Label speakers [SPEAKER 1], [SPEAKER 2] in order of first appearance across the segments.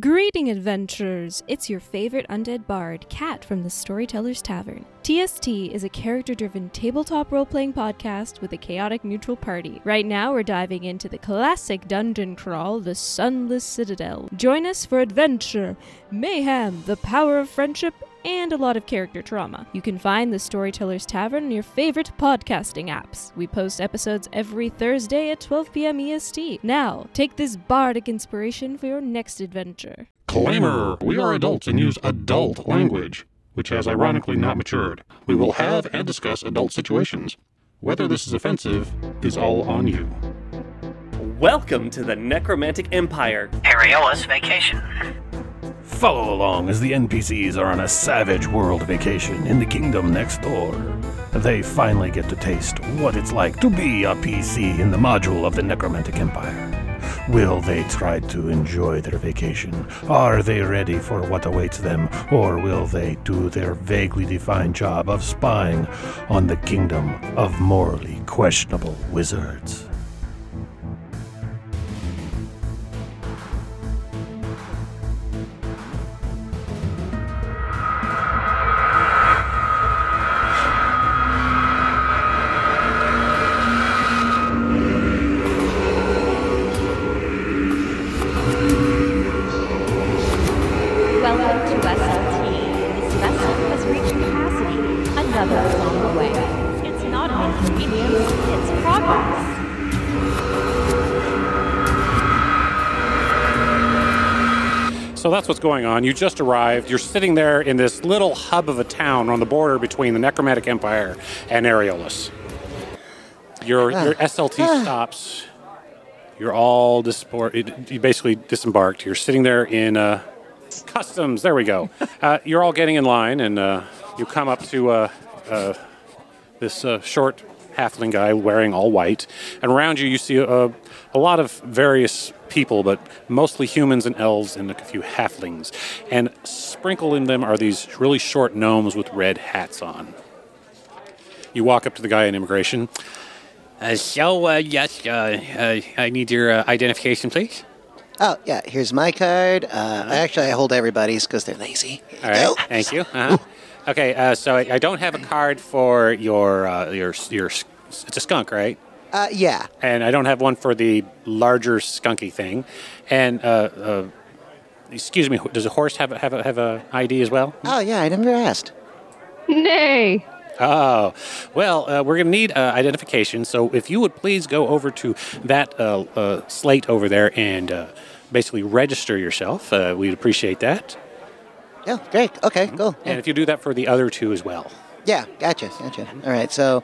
[SPEAKER 1] Greeting, adventurers! It's your favorite undead bard, Kat from the Storyteller's Tavern. TST is a character driven tabletop role playing podcast with a chaotic neutral party. Right now, we're diving into the classic dungeon crawl, The Sunless Citadel. Join us for adventure, mayhem, the power of friendship, and a lot of character trauma. You can find the Storyteller's Tavern on your favorite podcasting apps. We post episodes every Thursday at 12 p.m. EST. E Now, take this bardic inspiration for your next adventure.
[SPEAKER 2] Claimer, we are adults and use adult language, which has ironically not matured. We will have and discuss adult situations. Whether this is offensive is all on you.
[SPEAKER 3] Welcome to the Necromantic Empire.
[SPEAKER 4] Ariola's vacation.
[SPEAKER 5] Follow along as the NPCs are on a savage world vacation in the kingdom next door. They finally get to taste what it's like to be a PC in the module of the Necromantic Empire. Will they try to enjoy their vacation? Are they ready for what awaits them? Or will they do their vaguely defined job of spying on the kingdom of morally questionable wizards?
[SPEAKER 6] Welcome to SLT. This vessel has reached capacity. Another is on the way. It's not inconvenience, it's progress.
[SPEAKER 7] So that's what's going on. You just arrived. You're sitting there in this little hub of a town on the border between the Necromantic Empire and Areolus. Your your SLT stops. You're all dispor- you basically disembarked. You're sitting there in uh, customs. There we go. uh, you're all getting in line, and uh, you come up to uh, uh, this uh, short halfling guy wearing all white, and around you you see a, a lot of various people, but mostly humans and elves and a few halflings. And sprinkled in them are these really short gnomes with red hats on. You walk up to the guy in immigration.
[SPEAKER 8] Uh, so, uh, yes, uh, uh, I need your uh, identification, please.
[SPEAKER 4] Oh yeah, here's my card. Uh, I actually I hold everybody's because they're lazy. Here you
[SPEAKER 8] All right,
[SPEAKER 4] go.
[SPEAKER 8] thank you. Uh-huh. Okay, uh, so I, I don't have a card for your uh, your your. s- It's a skunk, right?
[SPEAKER 4] Uh, yeah.
[SPEAKER 7] and I don't have one for the larger skunky thing. And uh, uh, excuse me, does a horse have a, have a, have a ID as well?
[SPEAKER 4] Oh yeah, I never asked.
[SPEAKER 1] Nay!
[SPEAKER 7] Oh, well, uh, we're going to need uh, identification. So if you would please go over to that uh, uh, slate over there and uh, basically register yourself, uh, we'd appreciate that.
[SPEAKER 4] Oh great. Okay, cool.
[SPEAKER 7] And if you do that for the other two as well.
[SPEAKER 4] Yeah, gotcha, gotcha. All right, so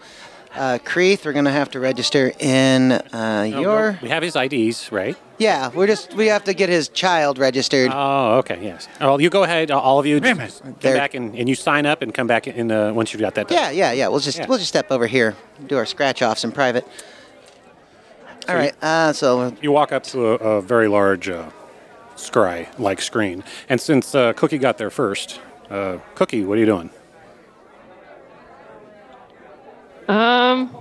[SPEAKER 4] uh, Creeth, we're gonna have to register in uh, your.
[SPEAKER 7] Oh, We have his IDs, right?
[SPEAKER 4] Yeah, we're just we have to get his child registered.
[SPEAKER 7] Oh, okay, yes. Well, you go ahead, uh, all of you. Just come
[SPEAKER 4] There-
[SPEAKER 7] back and, and you sign up and come back in uh, once you've got that done.
[SPEAKER 4] Yeah, yeah, yeah. Uh, We'll just
[SPEAKER 7] Yeah.
[SPEAKER 4] we'll just step over here, do our scratch offs in private. All right. Uh, so
[SPEAKER 7] You walk up to a, a very large uh, scry like screen. And since uh, Cookie got there first, uh, Cookie, what are you doing?
[SPEAKER 9] Um.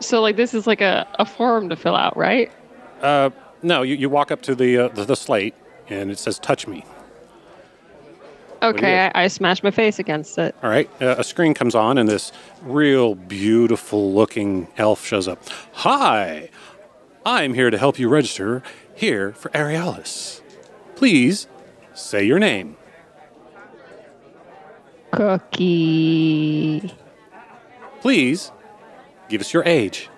[SPEAKER 9] So like this is like a, a form to fill out, right?
[SPEAKER 7] Uh, No, you, you walk up to the, uh, the the slate and it says touch me.
[SPEAKER 9] Okay, I, I smash my face against it.
[SPEAKER 7] All right, uh, a screen comes on and this real beautiful looking elf shows up. Hi, I'm here to help you register here for Arealis. Please say your name.
[SPEAKER 9] Cookie.
[SPEAKER 7] Please give us your age.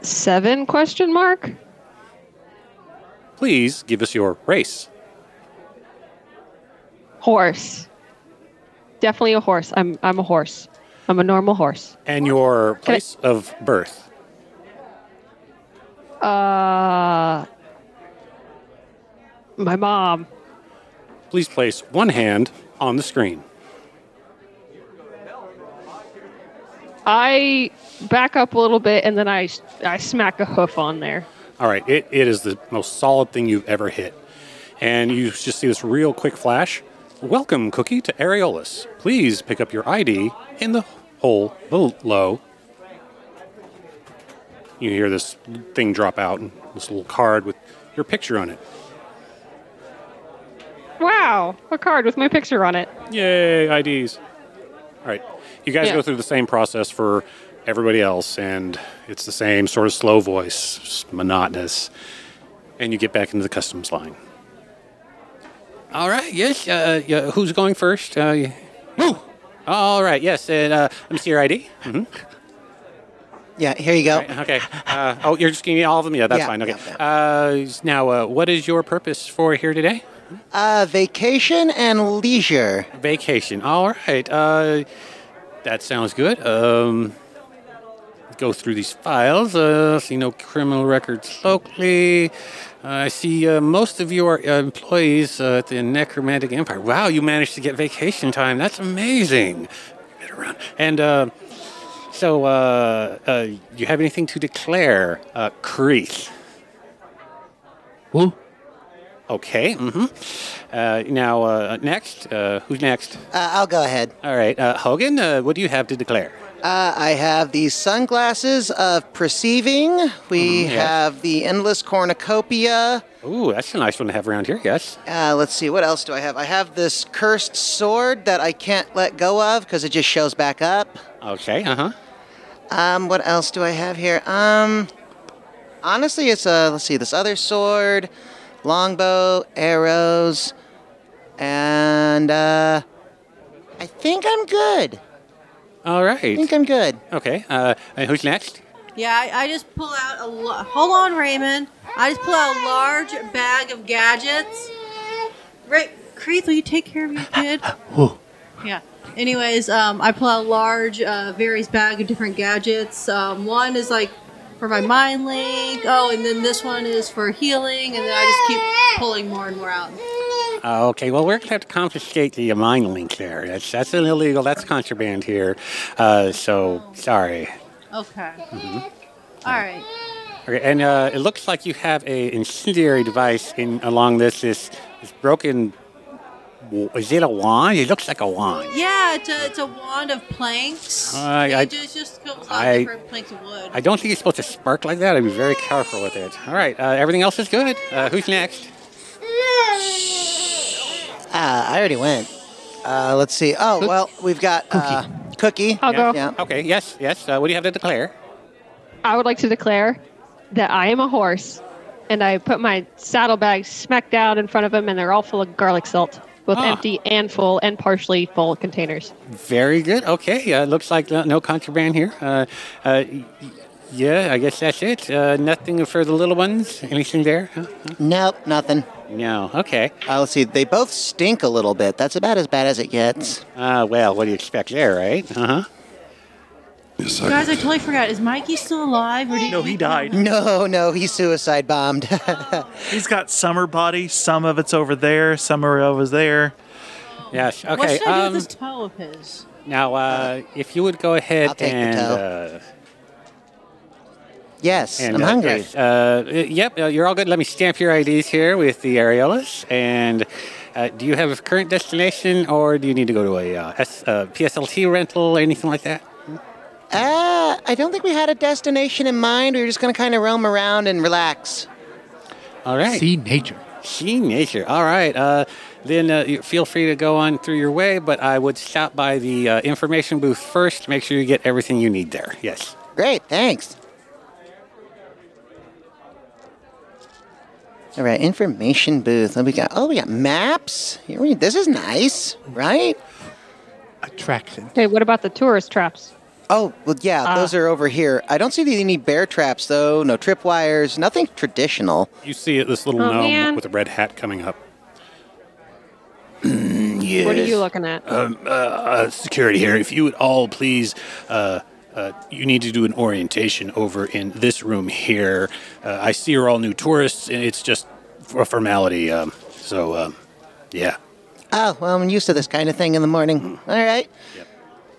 [SPEAKER 9] Seven question mark?
[SPEAKER 7] Please give us your race.
[SPEAKER 9] Horse. Definitely a horse. I'm I'm a horse. I'm a normal horse.
[SPEAKER 7] and your
[SPEAKER 9] Can I-
[SPEAKER 7] place of birth.
[SPEAKER 9] Uh my mom.
[SPEAKER 7] Please place one hand on the screen.
[SPEAKER 9] I back up a little bit and then I s- I smack a hoof on there.
[SPEAKER 7] All right, it, it is the most solid thing you've ever hit. And you just see this real quick flash. Welcome, Cookie, to Areolus. Please pick up your ID in the hole below. you hear this thing drop out, and this little card with your picture on it.
[SPEAKER 9] Wow, a card with my picture on it.
[SPEAKER 7] Yay, IDs. All right. You guys
[SPEAKER 9] Yeah.
[SPEAKER 7] go through the same process for everybody else, and it's the same sort of slow voice, just monotonous. And you get back into the customs line. All right, yes. Uh, yeah, who's going first? Uh, you- Woo! All right, yes. And uh, let me see your ID. Mhm.
[SPEAKER 4] Yeah, here you go.
[SPEAKER 7] Okay. Uh, oh, you're just giving me all of them? Yeah, that's
[SPEAKER 4] Yeah,
[SPEAKER 7] fine. Okay.
[SPEAKER 4] yeah,
[SPEAKER 7] Uh, now, uh, what is your purpose for here today?
[SPEAKER 4] Uh, vacation and leisure.
[SPEAKER 7] Vacation. All right. Uh, that sounds good. Um, go through these files. Uh, see no criminal records locally. Uh, I see uh, most of you are uh, employees uh, at the Necromantic Empire. Wow, you managed to get vacation time. That's amazing. Get around. And uh, so, uh, uh, you have anything to declare, uh, Creeth?
[SPEAKER 5] Well,
[SPEAKER 7] Okay. Mm-hmm. Uh, now, uh, next. Uh, who's next?
[SPEAKER 4] Uh, I'll go ahead.
[SPEAKER 7] All right, uh, Hogan, uh, what do you have to declare?
[SPEAKER 4] Uh, I have the sunglasses of perceiving. We
[SPEAKER 7] yes.
[SPEAKER 4] have the endless cornucopia.
[SPEAKER 7] Ooh, that's a nice one to have around here, yes.
[SPEAKER 4] Uh, let's see, what else do I have? I have this cursed sword that I can't let go of because it just shows back up.
[SPEAKER 7] Okay, uh huh.
[SPEAKER 4] Um, what else do I have here? Um, honestly, it's uh, let's see, this other sword, longbow, arrows, and uh, I think I'm good.
[SPEAKER 7] All
[SPEAKER 4] I
[SPEAKER 7] right.
[SPEAKER 4] think I'm good.
[SPEAKER 7] Okay, uh, uh, who's next?
[SPEAKER 10] Yeah, I, I just pull out a. lo- Hold on, Raymond. I just pull out a large bag of gadgets. Right, Creeth, will you take care of your kid? yeah. Anyways, um, I pull out a large, uh, various bag of different gadgets. Um, one is like for my mind link. Oh, and then this one is for healing. And then I just keep pulling more and more out.
[SPEAKER 7] Uh, okay, well, we're going to have to confiscate the uh, mine link there. That's, that's an illegal, that's contraband here. Uh, so, sorry. Mm-hmm.
[SPEAKER 10] Okay. All right.
[SPEAKER 7] Okay, and uh, it looks like you have a incendiary device in along this this, this broken. w- Is it a wand? It looks like a wand.
[SPEAKER 10] Yeah, it's a, it's a wand of planks.
[SPEAKER 7] Uh, I-
[SPEAKER 10] it
[SPEAKER 7] I-
[SPEAKER 10] just, just comes out
[SPEAKER 7] I-
[SPEAKER 10] different planks of wood.
[SPEAKER 7] I don't think it's supposed to spark like that. I'd be very careful with it. All right, uh, everything else is good. Uh, who's next?
[SPEAKER 4] Uh, I already went. Uh, let's see. Oh well, we've got uh, cookie.
[SPEAKER 9] I'll go.
[SPEAKER 4] Yeah.
[SPEAKER 7] Okay, yes, yes. Uh, what do you have to declare?
[SPEAKER 9] I would like to declare that I am a horse, and I put my saddlebag smack down in front of them, and they're all full of garlic salt, both
[SPEAKER 7] Ah.
[SPEAKER 9] empty and full, and partially full containers.
[SPEAKER 7] Very good. Okay, uh, looks like no, no contraband here. Uh, uh, y- yeah, I guess that's it. Uh, nothing for the little ones. Anything there? Huh?
[SPEAKER 4] Nope, nothing.
[SPEAKER 7] No. Okay.
[SPEAKER 4] Uh, let's see. They both stink a little bit. That's about as bad as it gets.
[SPEAKER 7] Uh, well, what do you expect there, right? Uh huh.
[SPEAKER 10] Guys, I totally forgot. Is Mikey still alive? Or did
[SPEAKER 11] No, he died.
[SPEAKER 4] No, no, he suicide bombed.
[SPEAKER 11] He's got summer body. Some of it's over there. Some are over there.
[SPEAKER 7] Yes. Okay.
[SPEAKER 10] What should I do
[SPEAKER 7] um,
[SPEAKER 10] with this toe of his?
[SPEAKER 7] Now, uh, if you would go ahead
[SPEAKER 4] I'll take the
[SPEAKER 7] and.
[SPEAKER 4] toe.
[SPEAKER 7] Uh,
[SPEAKER 4] yes,
[SPEAKER 7] And,
[SPEAKER 4] I'm
[SPEAKER 7] uh,
[SPEAKER 4] hungry.
[SPEAKER 7] yes, uh, y- yep, uh, you're all good. Let me stamp your IDs here with the areolas. And uh, do you have a current destination, or do you need to go to a uh, S, uh, PSLT rental or anything like that?
[SPEAKER 4] Uh, I don't think we had a destination in mind. We were just going to kind of roam around and relax.
[SPEAKER 7] All right.
[SPEAKER 12] See nature.
[SPEAKER 7] See nature. All right. Uh, then uh, you- feel free to go on through your way, but I would stop by the uh, information booth first. Make sure you get everything you need there. Yes.
[SPEAKER 4] Great, thanks. All right, information booth. What we got? Oh, we got maps. You read- This is nice, right?
[SPEAKER 12] Attraction.
[SPEAKER 9] Okay, what about the tourist traps? Uh.
[SPEAKER 4] Oh, well, yeah, those are over here. I don't see any bear traps, though. No tripwires, nothing traditional.
[SPEAKER 7] You see this little
[SPEAKER 9] Oh, gnome man. with
[SPEAKER 7] a red hat coming up.
[SPEAKER 5] yes.
[SPEAKER 9] What are you looking at?
[SPEAKER 5] Um, uh, uh, security here, if you would all please, uh, uh, you need to do an orientation over in this room here. Uh, I see you're all new tourists, and it's just a formality. Um, so, um, yeah.
[SPEAKER 4] Oh, well, I'm used to this kind of thing in the morning. All right.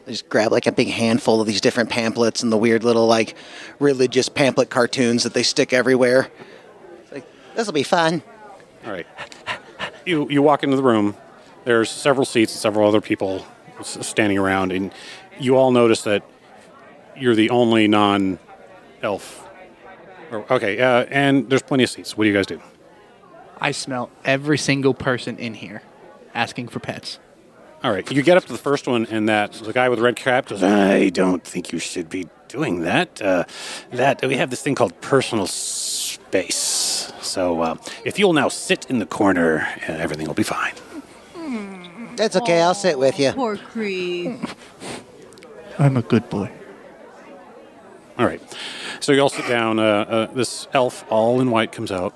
[SPEAKER 4] I just grab like a big handful of these different pamphlets and the weird little like religious pamphlet cartoons that they stick everywhere. It's Like, this will be fun.
[SPEAKER 7] All right. You you walk into the room. There's several seats and several other people s- standing around, and you all notice that you're the only non-elf Or- Okay, uh, and there's plenty of seats. What do you guys do?
[SPEAKER 12] I smell every single person in here asking for pets.
[SPEAKER 7] All right, you get up to the first one, and that the guy with the red cap goes, "I don't think you should be doing that. Uh, that we have this thing called personal space. So uh, if you'll now sit in the corner, uh, everything will be fine."
[SPEAKER 4] That's okay. I'll sit with you.
[SPEAKER 10] Oh, Poor Cree.
[SPEAKER 12] I'm a good boy.
[SPEAKER 7] All right. So you all sit down. Uh, uh, this elf, all in white, comes out.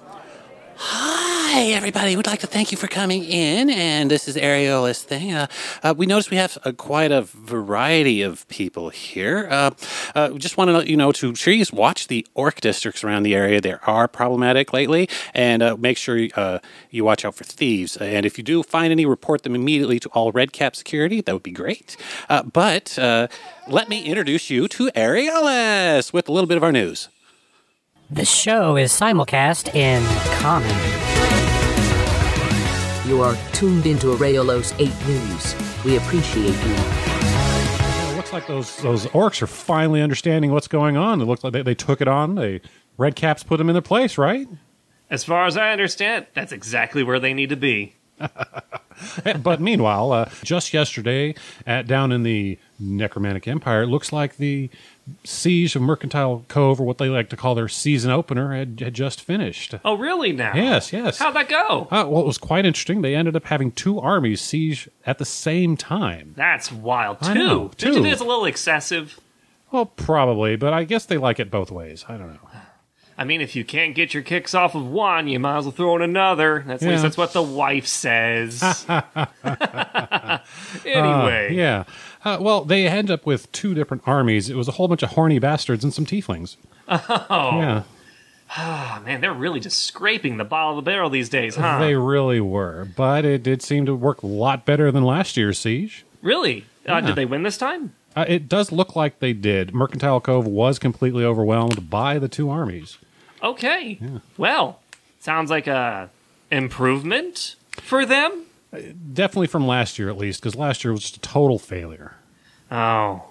[SPEAKER 8] Hi, everybody. We'd like to thank you for coming in. And this is Ariola's thing. Uh, uh, we notice we have uh, quite a variety of people here. Uh, uh, we just want to let you know to please watch the orc districts around the area. They are problematic lately. And uh, make sure uh, you watch out for thieves. And if you do find any, report them immediately to all Red Cap Security. That would be great. Uh, but uh, let me introduce you to Ariolis with a little bit of our news.
[SPEAKER 13] The show is simulcast in common.
[SPEAKER 14] You are tuned into Areolos 8 News. We appreciate you.
[SPEAKER 7] It looks like those those orcs are finally understanding what's going on. It looks like they, they took it on. They red caps put them in their place, right?
[SPEAKER 15] As far as I understand, that's exactly where they need to be.
[SPEAKER 7] but meanwhile, uh, just yesterday, at down in the Necromantic Empire, it looks like the siege of Mercantile Cove, or what they like to call their season opener, had, had just finished.
[SPEAKER 15] Oh, really now?
[SPEAKER 7] Yes, yes.
[SPEAKER 15] How'd that go?
[SPEAKER 7] Uh, well, it was quite interesting. They ended up having two armies siege at the same time.
[SPEAKER 15] That's wild.
[SPEAKER 7] I
[SPEAKER 15] Two.
[SPEAKER 7] know,
[SPEAKER 15] Did you
[SPEAKER 7] two.
[SPEAKER 15] think it's a little excessive?
[SPEAKER 7] Well, probably, but I guess they like it both ways. I don't know.
[SPEAKER 15] I mean, if you can't get your kicks off of one, you might as well throw in another. That's, At
[SPEAKER 7] Yeah.
[SPEAKER 15] least that's what the wife says.
[SPEAKER 7] Uh,
[SPEAKER 15] anyway.
[SPEAKER 7] yeah. Uh, well, they end up with two different armies. It was a whole bunch of horny bastards and some tieflings.
[SPEAKER 2] Uh,
[SPEAKER 15] Oh.
[SPEAKER 7] Yeah,
[SPEAKER 15] Ah, man, they're really just scraping the bottom of the barrel these days, huh?
[SPEAKER 7] they really were. But it did seem to work a lot better than last year's siege.
[SPEAKER 15] really? Uh,
[SPEAKER 7] Yeah.
[SPEAKER 15] Did they win this time?
[SPEAKER 7] Uh, it does look like they did. Mercantile Cove was completely overwhelmed by the two armies.
[SPEAKER 15] Okay. Well, sounds like a improvement for them.
[SPEAKER 7] Definitely from last year, at least, because last year was just a total failure.
[SPEAKER 15] Oh.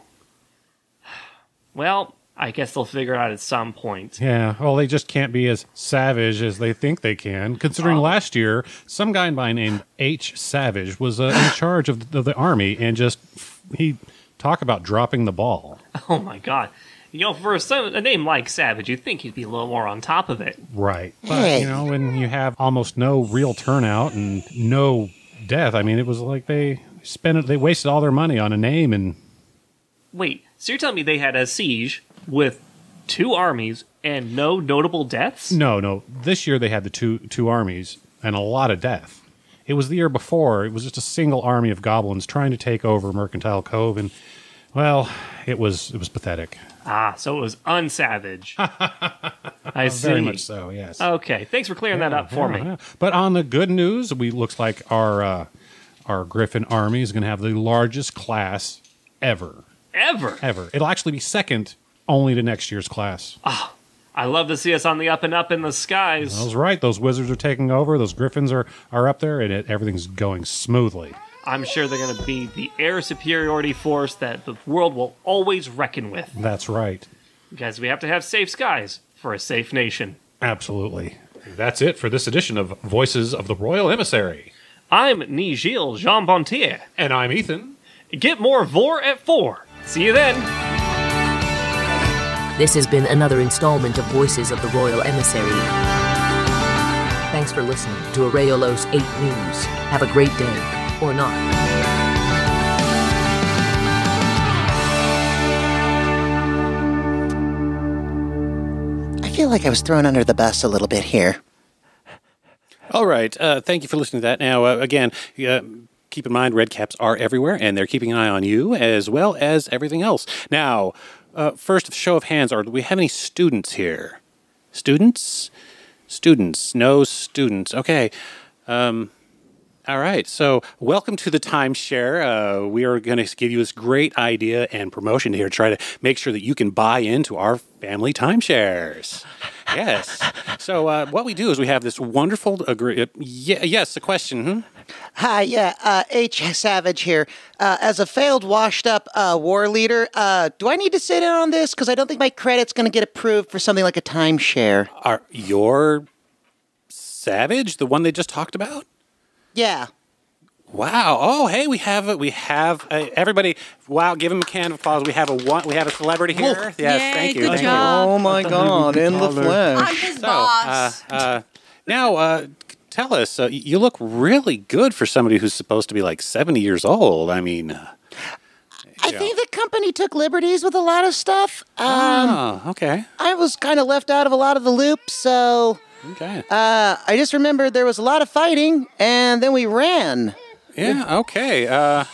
[SPEAKER 15] Well, I guess they'll figure it out at some point.
[SPEAKER 7] Yeah, well, they just can't be as savage as they think they can. Considering last year, some guy by named H. Savage was uh, in charge of the, of the army and just he talk about dropping the ball.
[SPEAKER 15] Oh my god. You know, for some, a name like Savage, you'd think he'd be a little more on top of it.
[SPEAKER 7] Right, but you know when you have almost no real turnout and no death, I mean it was like they spent it, they wasted all their money on a name and
[SPEAKER 15] Wait, so you're telling me they had a siege with two armies and no notable deaths?
[SPEAKER 7] No, no. This year they had the two two armies and a lot of death. It was the year before. It was just a single army of goblins trying to take over Mercantile Cove, and well, it was it was pathetic.
[SPEAKER 15] Ah, so it was unsavage. I
[SPEAKER 7] Uh,
[SPEAKER 15] see.
[SPEAKER 7] Very much so. Yes.
[SPEAKER 15] Okay, thanks for clearing that up for me.
[SPEAKER 7] Yeah, yeah. But on the good news, we looks like our uh, our Griffin army is going to have the largest class ever,
[SPEAKER 15] Ever.
[SPEAKER 7] ever. It'll actually be second only to next year's class.
[SPEAKER 15] Ah. I love to see us on the up and up in the skies.
[SPEAKER 7] I was right. Those wizards are taking over. Those Griffins are are up there, and it, everything's going smoothly.
[SPEAKER 15] I'm sure they're going to be the air superiority force that the world will always reckon with.
[SPEAKER 7] That's right.
[SPEAKER 15] Because we have to have safe skies for a safe nation.
[SPEAKER 7] Absolutely. That's it for this edition of Voices of the Royal Emissary.
[SPEAKER 15] I'm Nigel Jean Bontier.
[SPEAKER 7] And I'm Ethan.
[SPEAKER 15] Get more Vor at 4. See you then.
[SPEAKER 14] This has been another installment of Voices of the Royal Emissary. Thanks for listening to Areolos 8 News. Have a great day, or not.
[SPEAKER 4] I feel like I was thrown under the bus a little bit here.
[SPEAKER 8] All right. Uh, thank you for listening to that. Now, uh, again, uh, keep in mind, red caps are everywhere, and they're keeping an eye on you as well as everything else. Now, uh, first show of hands, or do we have any students here? Students? Students. No students. Okay. Um, all right. So, welcome to the timeshare. Uh, we are going to give you this great idea and promotion here. Try to make sure that you can buy into our family timeshares. Yes.
[SPEAKER 7] So uh, what we do is we have this wonderful agree. Yeah, yes, a question. Hmm?
[SPEAKER 4] Hi, yeah, uh, H. Savage here. Uh, as a failed, washed-up uh, war leader, uh, do I need to sit in on this? Because I don't think my credit's going to get approved for something like a timeshare.
[SPEAKER 7] Are your savage the one they just talked about?
[SPEAKER 4] Yeah.
[SPEAKER 7] Wow. Oh, hey, we have a, we have a, everybody. Wow, give him a can of applause. We have a one. We have a celebrity here. Yes,
[SPEAKER 4] Yay,
[SPEAKER 7] thank you.
[SPEAKER 4] good
[SPEAKER 7] thank you.
[SPEAKER 4] job. Oh my God, in the flesh. I'm his
[SPEAKER 7] So, uh, uh, now, uh, tell us. Uh, you look really good for somebody who's supposed to be like seventy years old. I mean, uh,
[SPEAKER 4] I think the company took liberties with a lot of stuff. Um,
[SPEAKER 7] oh, okay.
[SPEAKER 4] I was kind of left out of a lot of the loop, so.
[SPEAKER 7] Okay.
[SPEAKER 4] Uh, I just remembered there was a lot of fighting, and then we ran.
[SPEAKER 7] Yeah. Okay. Uh,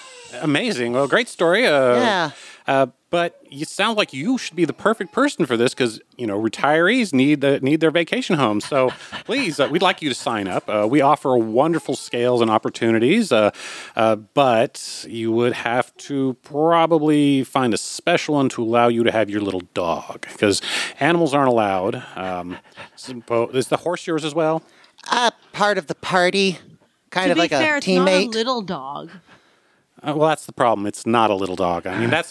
[SPEAKER 7] amazing. Well, great story. Uh,
[SPEAKER 4] Yeah.
[SPEAKER 7] Uh, but you sound like you should be the perfect person for this because you know retirees need the, need their vacation home. So please, uh, we'd like you to sign up. Uh, we offer wonderful scales and opportunities, uh, uh, but you would have to probably find a special one to allow you to have your little dog because animals aren't allowed. Um, suppo- is the horse yours as well?
[SPEAKER 4] Uh, part of the party, kind
[SPEAKER 10] to
[SPEAKER 4] of
[SPEAKER 10] be
[SPEAKER 4] like
[SPEAKER 10] fair,
[SPEAKER 4] a
[SPEAKER 10] it's
[SPEAKER 4] teammate.
[SPEAKER 10] not a little dog.
[SPEAKER 7] Uh, well, that's the problem. It's not a little dog. I mean, that's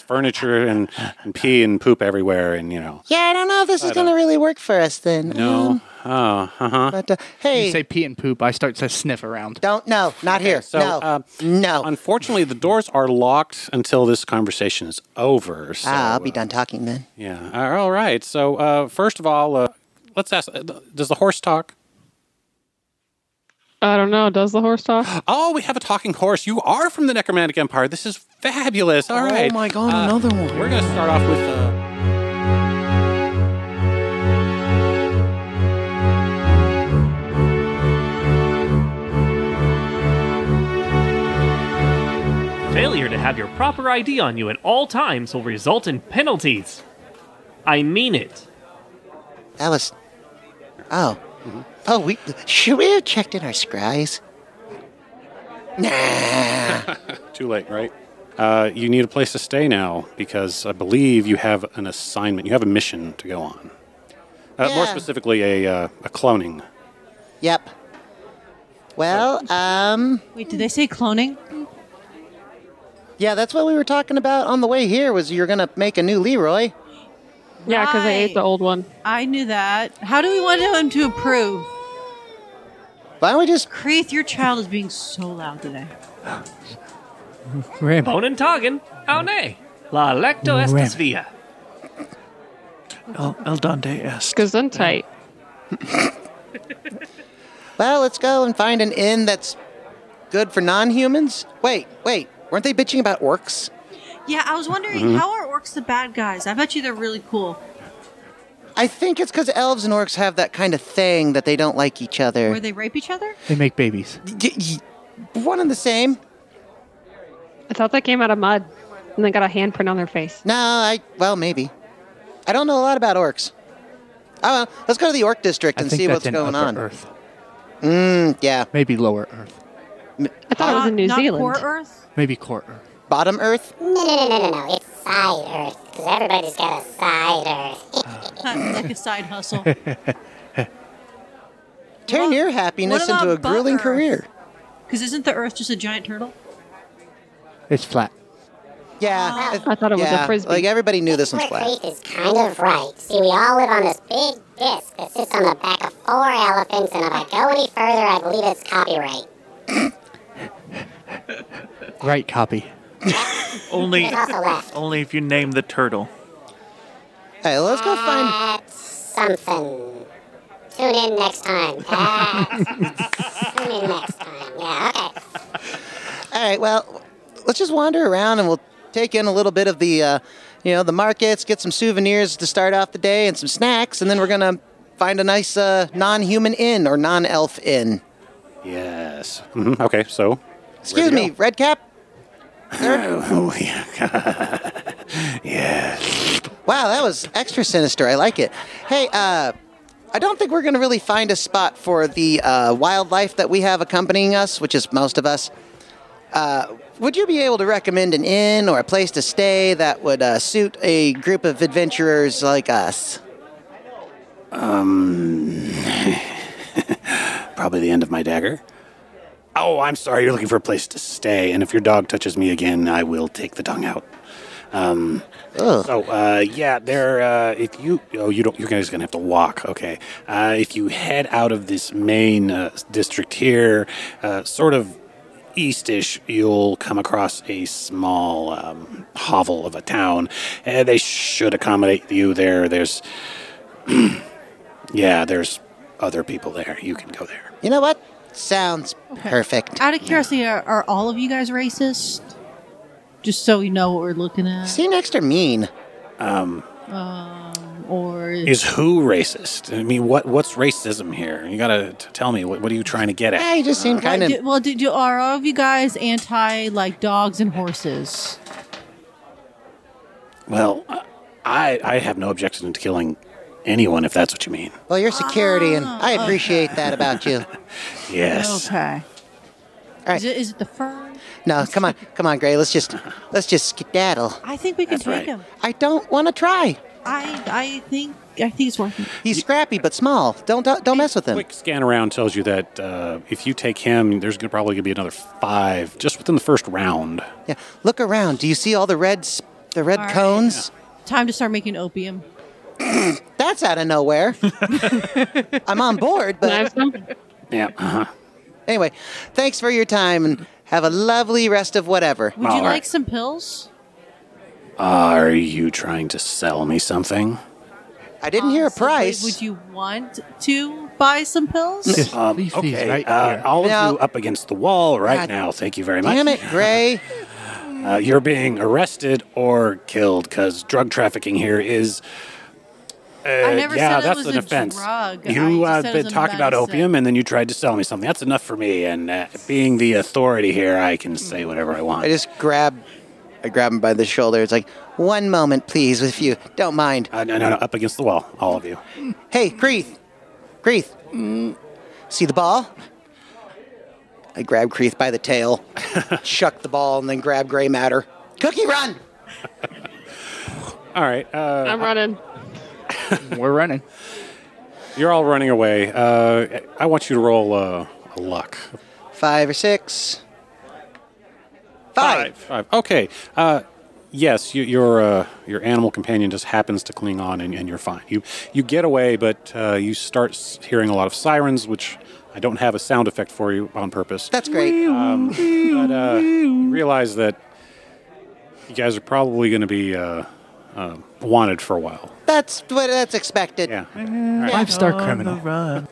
[SPEAKER 7] furniture and, and pee and poop everywhere, and you know.
[SPEAKER 4] Yeah, I don't know if this
[SPEAKER 7] I
[SPEAKER 4] is going to really work for us then.
[SPEAKER 7] No. Oh, uh huh.
[SPEAKER 4] But uh, hey,
[SPEAKER 12] You say pee and poop, I start to sniff around.
[SPEAKER 4] Don't no, not here.
[SPEAKER 7] So,
[SPEAKER 4] no,
[SPEAKER 7] uh,
[SPEAKER 4] no.
[SPEAKER 7] Unfortunately, the doors are locked until this conversation is over. So, uh,
[SPEAKER 4] ah, I'll be done talking then.
[SPEAKER 7] yeah. Uh, All right. So, uh, first of all, uh, let's ask uh, Does the horse talk?
[SPEAKER 9] I don't know. Does the horse talk?
[SPEAKER 7] Oh, we have a talking horse. You are from the Necromantic Empire. This is fabulous. All
[SPEAKER 4] Oh
[SPEAKER 7] right. Uh,
[SPEAKER 4] my God, another one.
[SPEAKER 7] We're going to start off with. Uh,
[SPEAKER 15] Failure to have your proper ID on you at all times will result in penalties. I mean it.
[SPEAKER 4] That was. Oh, oh, we should we have checked in our scries?
[SPEAKER 7] Too late, right? Uh, you need a place to stay now because I believe you have an assignment. You have a mission to go on. Uh,
[SPEAKER 4] Yeah.
[SPEAKER 7] More specifically, a, uh, a cloning.
[SPEAKER 4] Yep. Well, um,
[SPEAKER 10] Wait, did they say cloning?
[SPEAKER 4] yeah, that's what we were talking about on the way here. Was you're gonna make a new Leroy?
[SPEAKER 9] Yeah, because I ate the old one.
[SPEAKER 10] I knew that. How do we want him to approve?
[SPEAKER 4] Why don't we just
[SPEAKER 10] Creeth, your child is being so loud today.
[SPEAKER 15] Bone and Toggin, au nay. La lecto estes via.
[SPEAKER 11] El, El Dante est.
[SPEAKER 9] Gesundheit.
[SPEAKER 4] Well, let's go and find an inn that's good for non-humans. Wait, wait, weren't they bitching about orcs?
[SPEAKER 10] Yeah, I was wondering
[SPEAKER 4] Mhm.
[SPEAKER 10] how are orcs the bad guys? I bet you they're really cool.
[SPEAKER 4] I think it's because elves and orcs have that kind of thing that they don't like each other.
[SPEAKER 10] Where they rape each other?
[SPEAKER 12] They make babies.
[SPEAKER 4] One and the same.
[SPEAKER 9] I thought they came out of mud and they got a handprint on their face.
[SPEAKER 4] No, Uh, I well maybe. I don't know a lot about orcs. Oh, well, let's go to the orc district
[SPEAKER 12] I
[SPEAKER 4] and
[SPEAKER 12] think
[SPEAKER 4] see
[SPEAKER 12] that's
[SPEAKER 4] what's
[SPEAKER 12] in
[SPEAKER 4] going
[SPEAKER 12] Upper
[SPEAKER 4] on.
[SPEAKER 12] Earth.
[SPEAKER 4] Mm, yeah. uh,
[SPEAKER 12] Maybe Lower Earth.
[SPEAKER 9] I thought it was in New
[SPEAKER 10] Not
[SPEAKER 9] Zealand.
[SPEAKER 10] poor Earth?
[SPEAKER 12] Maybe Core Earth.
[SPEAKER 4] Bottom Earth.
[SPEAKER 16] No, no, no, no, no, no. It's side Earth. Because everybody's got a side Earth.
[SPEAKER 10] like a side hustle.
[SPEAKER 4] Turn your happiness
[SPEAKER 10] what about
[SPEAKER 4] into a
[SPEAKER 10] butt
[SPEAKER 4] grueling
[SPEAKER 10] Earth?
[SPEAKER 4] career.
[SPEAKER 10] Because isn't the Earth just a giant turtle?
[SPEAKER 12] It's flat.
[SPEAKER 4] Yeah.
[SPEAKER 9] I thought it was a
[SPEAKER 4] yeah,
[SPEAKER 9] frisbee.
[SPEAKER 4] Like everybody knew this one's
[SPEAKER 16] Where
[SPEAKER 4] flat.
[SPEAKER 16] Creeth is kind of right. See, we all live on this big disc that sits on the back of four elephants, and if I go any further, I believe it's copyright.
[SPEAKER 12] Right copy.
[SPEAKER 11] Only,
[SPEAKER 16] There's also left.
[SPEAKER 11] only if you name the turtle.
[SPEAKER 4] Hey, let's go find.
[SPEAKER 16] That's something. Tune in next time. That's- Tune in next time. Yeah, okay.
[SPEAKER 4] All right. Well, let's just wander around and we'll take in a little bit of the, uh, you know, the markets, get some souvenirs to start off the day, and some snacks, and then we're gonna find a nice uh, non-human inn or non-elf inn.
[SPEAKER 7] Yes. hmm Okay, so.
[SPEAKER 4] Excuse me, Red Cap.
[SPEAKER 7] Oh, yeah.
[SPEAKER 4] Wow, that was extra sinister. I like it. Hey, uh, I don't think we're going to really find a spot for the uh, wildlife that we have accompanying us, which is most of us. Uh, would you be able to recommend an inn or a place to stay that would uh, suit a group of adventurers like us?
[SPEAKER 7] Um,
[SPEAKER 8] Probably the end of my dagger. Oh, I'm sorry. You're looking for a place to stay, and if your dog touches me again, I will take the tongue out. Um, so uh, yeah, there. Uh, if you oh you don't, you're guys gonna have to walk. Okay, uh, if you head out of this main uh, district here, uh, sort of eastish, you'll come across a small um, hovel of a town. Uh, they should accommodate you there. There's yeah, there's other people there. You can go there.
[SPEAKER 4] You know what? Sounds perfect.
[SPEAKER 10] Uh, Out of curiosity, are, are all of you guys racist? Just so we know what we're looking at.
[SPEAKER 4] Seem extra mean.
[SPEAKER 8] Um,
[SPEAKER 10] Um, or
[SPEAKER 8] is who racist? I mean, what what's racism here? You gotta t- tell me. What, what are you trying to get at?
[SPEAKER 4] Yeah, you just seem
[SPEAKER 10] Like, do- Uh, well, do, do, are all of you guys anti like dogs and horses?
[SPEAKER 8] Well, I I have no objection to killing anyone if that's what you mean.
[SPEAKER 4] Well, you're security, and
[SPEAKER 10] Oh,
[SPEAKER 4] I appreciate that about you.
[SPEAKER 8] Yes.
[SPEAKER 10] Okay.
[SPEAKER 4] All right.
[SPEAKER 10] Is, it, is it the fur?
[SPEAKER 4] No, come on, come on, Gray. Let's just let's just skedaddle.
[SPEAKER 10] I think we can drink him.
[SPEAKER 4] I don't want to try.
[SPEAKER 10] I I think I think it's worth it.
[SPEAKER 4] He's scrappy but small. Don't don't, don't mess with him.
[SPEAKER 8] Quick scan around tells you that uh, if you take him, there's gonna, probably gonna be another five just within the first round.
[SPEAKER 4] Yeah. Look around. Do you see all the red s- the red
[SPEAKER 10] All right.
[SPEAKER 4] cones?
[SPEAKER 10] Time to start making opium.
[SPEAKER 4] That's out of nowhere. I'm on board, but
[SPEAKER 8] yeah. Uh-huh.
[SPEAKER 4] Anyway, thanks for your time and have a lovely rest of whatever.
[SPEAKER 10] Would you like some pills?
[SPEAKER 8] Are you trying to sell me something?
[SPEAKER 4] I didn't hear a price.
[SPEAKER 10] Would you want to buy some pills?
[SPEAKER 8] Um, okay, uh, all of you up against the wall right
[SPEAKER 10] God
[SPEAKER 8] now. Thank you very much.
[SPEAKER 4] Damn it, Gray.
[SPEAKER 8] Uh, you're being arrested or killed because drug trafficking here is. Uh,
[SPEAKER 10] I never
[SPEAKER 8] yeah,
[SPEAKER 10] said it
[SPEAKER 8] that's
[SPEAKER 10] was
[SPEAKER 8] an
[SPEAKER 10] a
[SPEAKER 8] offense.
[SPEAKER 10] drug.
[SPEAKER 8] You
[SPEAKER 10] I
[SPEAKER 8] uh,
[SPEAKER 10] just said it
[SPEAKER 8] been
[SPEAKER 10] was a
[SPEAKER 8] talking about
[SPEAKER 10] medicine.
[SPEAKER 8] opium, and then you tried to sell me something. That's enough for me. And uh, being the authority here, I can say whatever I want.
[SPEAKER 4] I just grab I grab him by the shoulder. It's like, one moment, please, with you. Don't mind.
[SPEAKER 8] Uh, no, no, no, up against the wall, all of you.
[SPEAKER 4] Hey, Creeth. Creeth. See the ball? I grab Creeth by the tail, chuck the ball, and then grab gray matter. Cookie run!
[SPEAKER 7] All right. Uh,
[SPEAKER 9] I'm running.
[SPEAKER 7] We're running. You're all running away. Uh, I want you to roll uh, a luck.
[SPEAKER 4] Five or six.
[SPEAKER 7] Five. Five. Okay. Uh, yes, you, your uh, your animal companion just happens to cling on, and, and you're fine. You you get away, but uh, you start s- hearing a lot of sirens, which I don't have a sound effect for you on purpose.
[SPEAKER 4] That's great.
[SPEAKER 7] Um, but uh, you realize that you guys are probably going to be uh, uh, wanted for a while.
[SPEAKER 4] That's what that's expected.
[SPEAKER 7] Yeah.
[SPEAKER 17] Five-star On criminal. the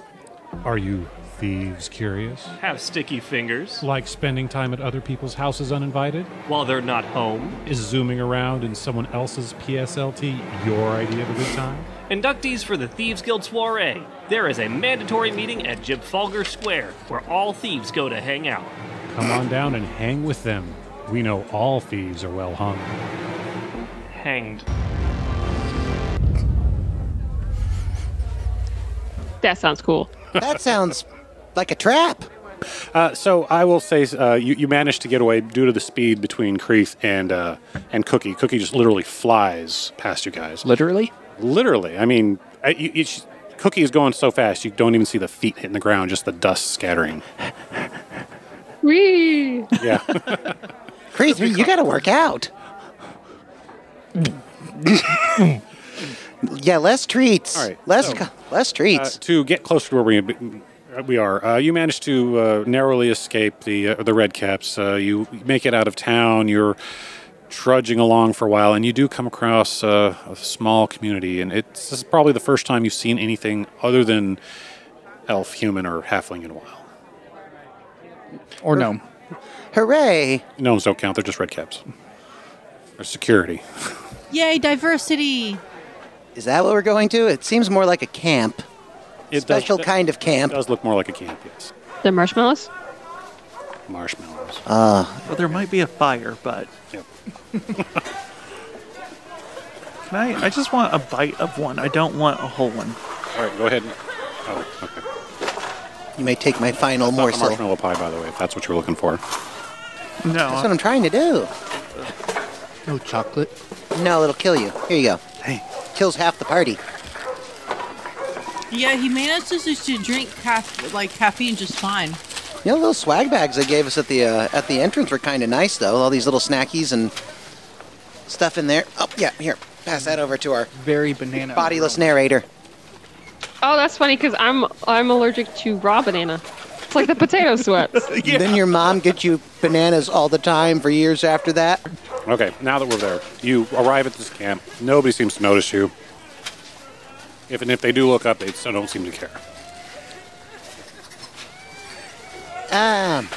[SPEAKER 18] Are you thieves curious?
[SPEAKER 15] Have sticky fingers
[SPEAKER 18] Like spending time at other people's houses uninvited?
[SPEAKER 15] while they're not home.
[SPEAKER 18] Is zooming around in someone else's PSLT your idea of a good time?
[SPEAKER 15] Inductees for the Thieves Guild Soiree. There is a mandatory meeting at Gibfalgar Square where all thieves go to hang out.
[SPEAKER 18] Come on down and hang with them. We know all thieves are well hung.
[SPEAKER 15] Hanged.
[SPEAKER 9] That sounds cool.
[SPEAKER 4] That sounds like a trap.
[SPEAKER 7] Uh, so I will say uh, you, you managed to get away due to the speed between Creeth and uh, and Cookie. Cookie just literally flies past you guys.
[SPEAKER 12] Literally?
[SPEAKER 7] Literally. I mean, I, you, you, she, Cookie is going so fast you don't even see the feet hitting the ground, just the dust scattering.
[SPEAKER 9] Whee!
[SPEAKER 7] Yeah.
[SPEAKER 4] Creeth, you gotta work out. yeah, less treats.
[SPEAKER 7] All right,
[SPEAKER 4] Less
[SPEAKER 7] so,
[SPEAKER 4] co- less treats.
[SPEAKER 7] Uh, to get closer to where we we are, uh, you managed to uh, narrowly escape the uh, the red caps. Uh, you make it out of town. You're trudging along for a while, and you do come across uh, a small community, and it's this is probably the first time you've seen anything other than elf, human, or halfling in a while.
[SPEAKER 12] Or gnome.
[SPEAKER 7] uh,
[SPEAKER 4] Hooray!
[SPEAKER 7] Gnomes don't count; they're just red caps. Or security.
[SPEAKER 10] Yay, diversity!
[SPEAKER 4] Is that what we're going to? It seems more like a camp.
[SPEAKER 7] It
[SPEAKER 4] Special kind of camp.
[SPEAKER 7] It does look more like a camp, yes.
[SPEAKER 9] The marshmallows?
[SPEAKER 7] Marshmallows.
[SPEAKER 4] Ah.
[SPEAKER 11] Well, there might be a fire, but. Can I? I just want a bite of one. I don't want a whole one.
[SPEAKER 7] All right, go ahead. and- Oh, okay.
[SPEAKER 4] You may take my final
[SPEAKER 7] That's not a
[SPEAKER 4] morsel. That's
[SPEAKER 7] marshmallow pie, by the way, if that's what you're looking for.
[SPEAKER 11] No.
[SPEAKER 4] what I'm trying to do.
[SPEAKER 12] No chocolate.
[SPEAKER 4] No, it'll kill you. Here you go. Hey. Kills half the party.
[SPEAKER 10] Yeah, he manages to, to drink caff- like caffeine just fine.
[SPEAKER 4] You know, those swag bags they gave us at the uh, at the entrance were kind of nice, though. All these little snackies and stuff in there. Oh, yeah, here. Pass that over to our
[SPEAKER 12] very banana
[SPEAKER 4] bodiless narrator.
[SPEAKER 9] Oh, that's funny because I'm I'm allergic to raw banana. It's like the potato sweats.
[SPEAKER 4] Then your mom gets you bananas all the time for years after that.
[SPEAKER 7] Okay, now that we're there, you arrive at this camp. Nobody seems to notice you. If and if they do look up, they still don't seem to care.
[SPEAKER 4] Um,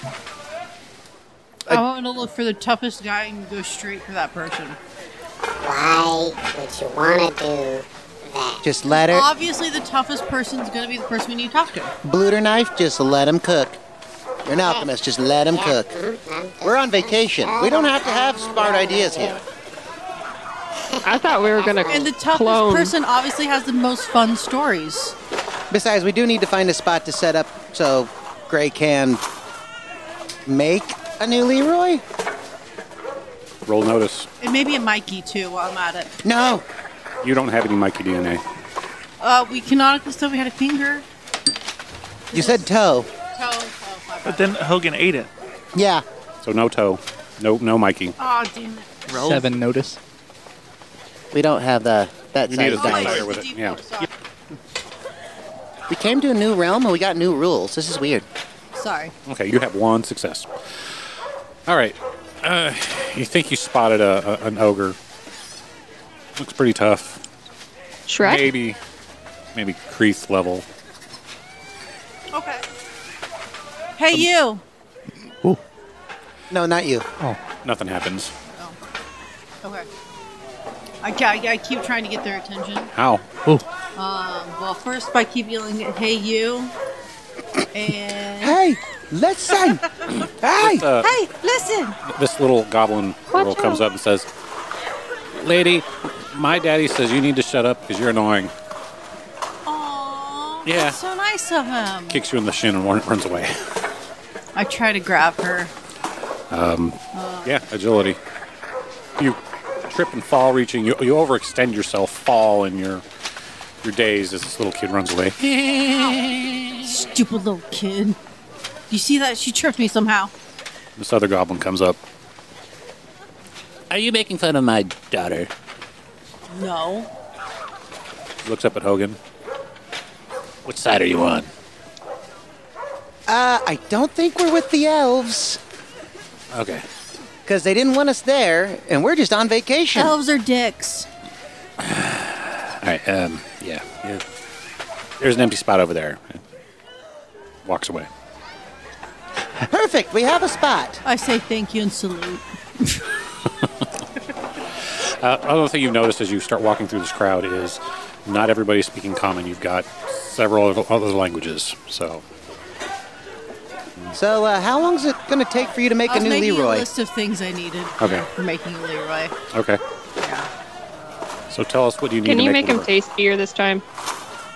[SPEAKER 10] I want to look for the toughest guy and go straight for that person.
[SPEAKER 16] Why would you want to do that?
[SPEAKER 4] Just let her.
[SPEAKER 10] Obviously, the toughest person is going to be the person we need to talk to.
[SPEAKER 4] Bluter knife, just let him cook. You're an alchemist, just let him cook. We're on vacation. We don't have to have smart ideas here.
[SPEAKER 9] I thought we were gonna
[SPEAKER 10] And the toughest
[SPEAKER 9] clone.
[SPEAKER 10] person obviously has the most fun stories.
[SPEAKER 4] Besides, we do need to find a spot to set up so Gray can make a new Leroy.
[SPEAKER 7] Roll notice.
[SPEAKER 10] And maybe a Mikey too while I'm at it.
[SPEAKER 4] No.
[SPEAKER 7] You don't have any Mikey DNA.
[SPEAKER 10] Uh, we canonically still we had a finger.
[SPEAKER 4] You said toe.
[SPEAKER 10] Toe.
[SPEAKER 11] But then Hogan ate it.
[SPEAKER 4] Yeah.
[SPEAKER 7] So no toe. No no Mikey.
[SPEAKER 10] Oh, damn it.
[SPEAKER 12] Seven notice.
[SPEAKER 4] We don't have the uh, that
[SPEAKER 7] You
[SPEAKER 4] side
[SPEAKER 7] need a
[SPEAKER 4] of dice.
[SPEAKER 7] slider with it. Yeah.
[SPEAKER 4] We came to a new realm and we got new rules. This is weird.
[SPEAKER 10] Sorry.
[SPEAKER 7] Okay, you have one success. All right. Uh, you think you spotted a, a, an ogre. Looks pretty tough.
[SPEAKER 9] Shrek?
[SPEAKER 7] Maybe, maybe Creeth level.
[SPEAKER 10] Okay. Hey,
[SPEAKER 4] Um,
[SPEAKER 10] you.
[SPEAKER 4] No, not you.
[SPEAKER 7] Oh. Nothing happens.
[SPEAKER 10] Okay. I, ca- I, I keep trying to get their attention.
[SPEAKER 7] How? Ooh.
[SPEAKER 10] Um, well, first by keep yelling, "Hey, you!" And
[SPEAKER 4] hey, listen! hey,
[SPEAKER 7] uh,
[SPEAKER 10] hey, listen!
[SPEAKER 7] This little goblin girl comes up and says, "Lady, my daddy says you need to shut up because you're annoying."
[SPEAKER 10] Aww,
[SPEAKER 7] Yeah.
[SPEAKER 10] that's so nice of him.
[SPEAKER 7] Kicks you in the shin and run- runs away.
[SPEAKER 10] I try to grab her.
[SPEAKER 7] Um, yeah, agility. You trip and fall, reaching. You, you overextend yourself, fall, and you're you're dazed as this little kid runs away.
[SPEAKER 10] Stupid little kid. You see that? She tripped me somehow.
[SPEAKER 7] This other goblin comes up.
[SPEAKER 8] Are you making fun of my daughter?
[SPEAKER 10] No.
[SPEAKER 7] Looks up at Hogan.
[SPEAKER 8] What side are you on?
[SPEAKER 4] Uh, I don't think we're with the elves
[SPEAKER 8] Okay.
[SPEAKER 4] because they didn't want us there, and we're just on vacation.
[SPEAKER 10] Elves are dicks.
[SPEAKER 8] All right. Um. Yeah. yeah. There's an empty spot over there.
[SPEAKER 7] Walks away.
[SPEAKER 4] Perfect. We have a spot.
[SPEAKER 10] I say thank you and salute.
[SPEAKER 7] Uh, other thing you've noticed as you start walking through this crowd is not everybody's speaking common. You've got several other, other languages. So
[SPEAKER 4] So, uh, how long is it going to take for you to make
[SPEAKER 10] I
[SPEAKER 4] a
[SPEAKER 10] was
[SPEAKER 4] new
[SPEAKER 10] making
[SPEAKER 4] Leroy?
[SPEAKER 10] a list of things I needed
[SPEAKER 7] Okay.
[SPEAKER 10] for making a Leroy.
[SPEAKER 7] okay. So tell us what do you need
[SPEAKER 9] Can
[SPEAKER 7] to
[SPEAKER 9] you
[SPEAKER 7] make,
[SPEAKER 9] make him
[SPEAKER 7] Leroy?
[SPEAKER 9] tastier this time?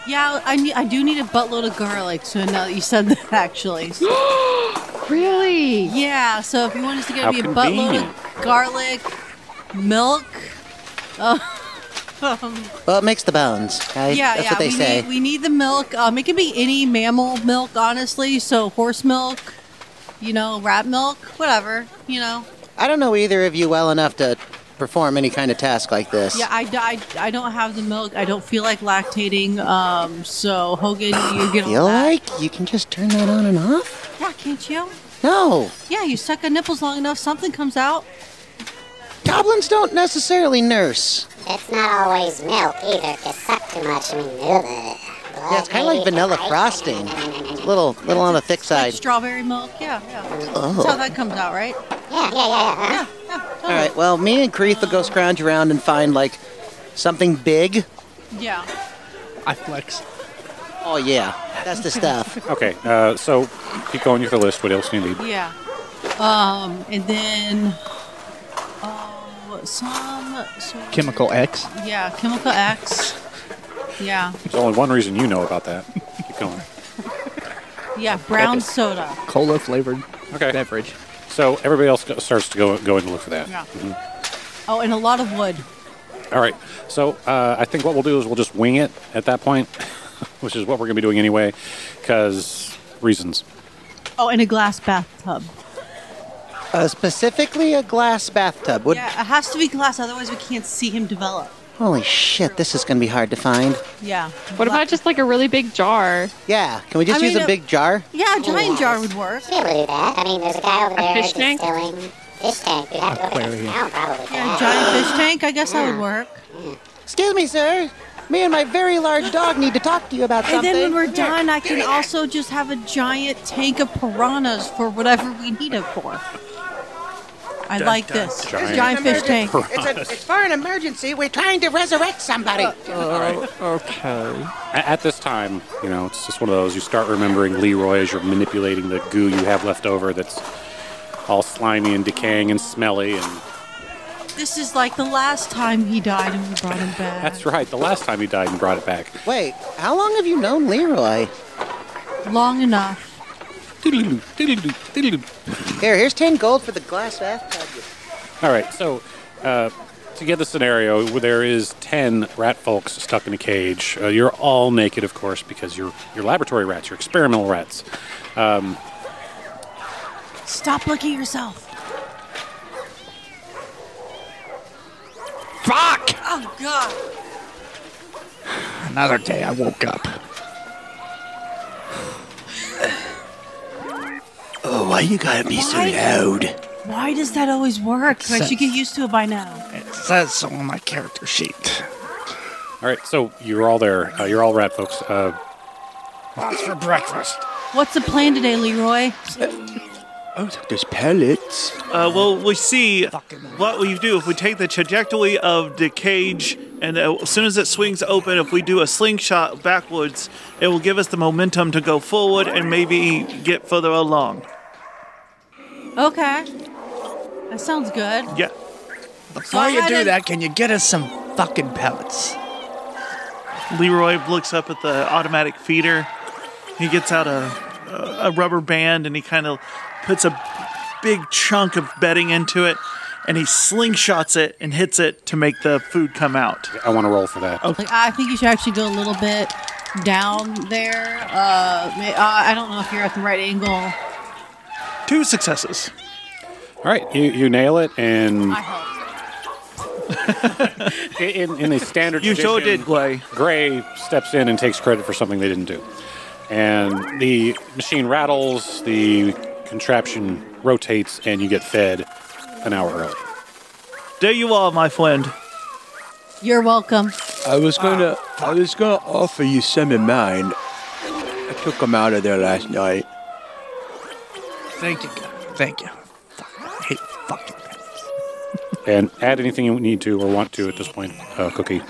[SPEAKER 10] Yeah, I, ne- I do need a buttload of garlic. So now that you said that, actually.
[SPEAKER 9] really?
[SPEAKER 10] Yeah. So if you want us to get
[SPEAKER 7] How
[SPEAKER 10] me a buttload
[SPEAKER 7] convenient.
[SPEAKER 10] of garlic, milk. Uh, um,
[SPEAKER 4] Well, it makes the bones, right?
[SPEAKER 10] yeah,
[SPEAKER 4] That's
[SPEAKER 10] yeah.
[SPEAKER 4] what they
[SPEAKER 10] we
[SPEAKER 4] say.
[SPEAKER 10] need we need the milk. Um, it can be any mammal milk, honestly. So horse milk, you know, rat milk, whatever, you know.
[SPEAKER 4] I don't know either of you well enough to perform any kind of task like this.
[SPEAKER 10] Yeah, I, d- I, I don't have the milk. I don't feel like lactating. Um, so Hogan, you get
[SPEAKER 4] Feel
[SPEAKER 10] all that.
[SPEAKER 4] like you can just turn that on and off?
[SPEAKER 10] Yeah, can't you?
[SPEAKER 4] No,
[SPEAKER 10] Yeah, you suck on nipples long enough, something comes out.
[SPEAKER 4] goblins don't necessarily nurse.
[SPEAKER 16] It's not always milk either. If you suck too much, I mean, ugh,
[SPEAKER 4] Yeah, it's kind of like vanilla frosting, little little on the thick side.
[SPEAKER 10] Strawberry milk. Yeah, yeah.
[SPEAKER 4] Oh.
[SPEAKER 10] That's how that comes out, right?
[SPEAKER 16] Yeah, yeah, yeah. yeah.
[SPEAKER 4] uh-huh. All right, well, me and Creeth will go scrounge around and find like something big.
[SPEAKER 10] Yeah.
[SPEAKER 12] I flex.
[SPEAKER 4] Oh yeah, that's the stuff.
[SPEAKER 7] Okay. Uh, so keep going with your list. What else do you need?
[SPEAKER 10] Yeah. Um, and then oh, some, some
[SPEAKER 12] Chemical X.
[SPEAKER 10] Yeah, chemical X. Yeah,
[SPEAKER 7] There's only one reason you know about that. Keep going.
[SPEAKER 10] yeah, brown soda.
[SPEAKER 12] Cola flavored
[SPEAKER 7] okay.
[SPEAKER 12] beverage.
[SPEAKER 7] So everybody else go- starts to go go in to look for that.
[SPEAKER 10] Yeah.
[SPEAKER 7] Mhm.
[SPEAKER 10] Oh, and a lot of wood.
[SPEAKER 7] All right. So uh, I think what we'll do is we'll just wing it at that point. which is what we're going to be doing anyway, because reasons.
[SPEAKER 10] Oh, in a glass bathtub.
[SPEAKER 4] Uh, specifically, a glass bathtub. Would,
[SPEAKER 10] Yeah, it has to be glass, otherwise we can't see him develop.
[SPEAKER 4] Holy shit, this is going to be hard to find.
[SPEAKER 10] Yeah.
[SPEAKER 9] What about just like a really big jar?
[SPEAKER 4] Yeah. Can we just
[SPEAKER 9] I
[SPEAKER 4] use
[SPEAKER 9] mean,
[SPEAKER 4] a
[SPEAKER 9] uh,
[SPEAKER 4] big jar?
[SPEAKER 10] Yeah, a
[SPEAKER 16] giant
[SPEAKER 10] jar would work.
[SPEAKER 16] Be able to do that. I mean, there's a guy over
[SPEAKER 10] A
[SPEAKER 16] there
[SPEAKER 10] fish tank?
[SPEAKER 16] distilling fish tank. You'd have to open it now, probably. for
[SPEAKER 10] Yeah,
[SPEAKER 16] that.
[SPEAKER 10] giant fish tank. I guess that would work.
[SPEAKER 4] Excuse me, sir. Me and my very large dog need to talk to you about
[SPEAKER 10] And
[SPEAKER 4] something.
[SPEAKER 10] then when we're
[SPEAKER 4] Come here.
[SPEAKER 10] done, I can also just have a giant tank of piranhas for whatever we need it for. I
[SPEAKER 4] Dun,
[SPEAKER 10] like
[SPEAKER 4] dun,
[SPEAKER 10] this.
[SPEAKER 4] dun.
[SPEAKER 10] Giant,
[SPEAKER 4] It's an
[SPEAKER 10] fish tank.
[SPEAKER 4] emergency- It's, a, it's for an emergency. We're trying to resurrect somebody.
[SPEAKER 12] Oh,
[SPEAKER 4] uh,
[SPEAKER 7] Okay. At this time, you know, it's just one of those. You start remembering Leroy as you're manipulating the goo you have left over that's all slimy and decaying and smelly. And
[SPEAKER 10] This is like the last time he died and we brought him back.
[SPEAKER 7] that's right. The last time he died and brought it back.
[SPEAKER 4] Wait, how long have you known Leroy?
[SPEAKER 10] Long enough.
[SPEAKER 4] Here, here's 10 gold for the glass bathtub.
[SPEAKER 7] All right, so uh, to get the scenario, where there is ten rat folks stuck in a cage. Uh, you're all naked, of course, because you're you're laboratory rats, you're experimental rats. Um,
[SPEAKER 10] Stop looking at yourself.
[SPEAKER 12] Fuck!
[SPEAKER 10] Oh, God.
[SPEAKER 12] Another day I woke up.
[SPEAKER 17] Oh, why you gotta be so
[SPEAKER 10] Why?
[SPEAKER 17] loud?
[SPEAKER 10] Why does that always work? I
[SPEAKER 17] Sucks.
[SPEAKER 10] should get used to it by now.
[SPEAKER 12] It says so on my character sheet.
[SPEAKER 7] all right, so you're all there. Uh, you're all rat folks. Uh,
[SPEAKER 12] What's for breakfast?
[SPEAKER 10] What's the plan today, Leroy?
[SPEAKER 12] Oh, there's pellets.
[SPEAKER 11] Uh, well, we see what we do if we take the trajectory of the cage, and uh, as soon as it swings open, if we do a slingshot backwards, it will give us the momentum to go forward and maybe get further along.
[SPEAKER 10] Okay. That sounds good.
[SPEAKER 11] Yeah.
[SPEAKER 10] So
[SPEAKER 12] Before you
[SPEAKER 10] I
[SPEAKER 12] do
[SPEAKER 10] didn't-
[SPEAKER 12] that, can you get us some fucking pellets?
[SPEAKER 11] Leroy looks up at the automatic feeder. He gets out a, a rubber band and he kind of puts a big chunk of bedding into it and he slingshots it and hits it to make the food come out.
[SPEAKER 7] I want to roll for that.
[SPEAKER 11] Okay.
[SPEAKER 10] Oh, Like, I think you should actually go a little bit down there. Uh, may- uh, I don't know if you're at the right angle.
[SPEAKER 11] Two successes.
[SPEAKER 7] all right, you, you nail it, and
[SPEAKER 10] I
[SPEAKER 8] Mm.
[SPEAKER 10] hope.
[SPEAKER 7] in, in a standard,
[SPEAKER 11] You sure
[SPEAKER 7] tradition,
[SPEAKER 11] did, Gray.
[SPEAKER 7] Gray steps in and takes credit for something they didn't do, and the machine rattles. The contraption rotates, and you get fed an hour early.
[SPEAKER 11] There you are, my friend.
[SPEAKER 10] You're welcome.
[SPEAKER 17] I was gonna, I was gonna offer you some of mine. I took them out of there last night.
[SPEAKER 12] Thank you. God. Thank you.
[SPEAKER 7] And add anything you need to or want to at this point, uh, Cookie.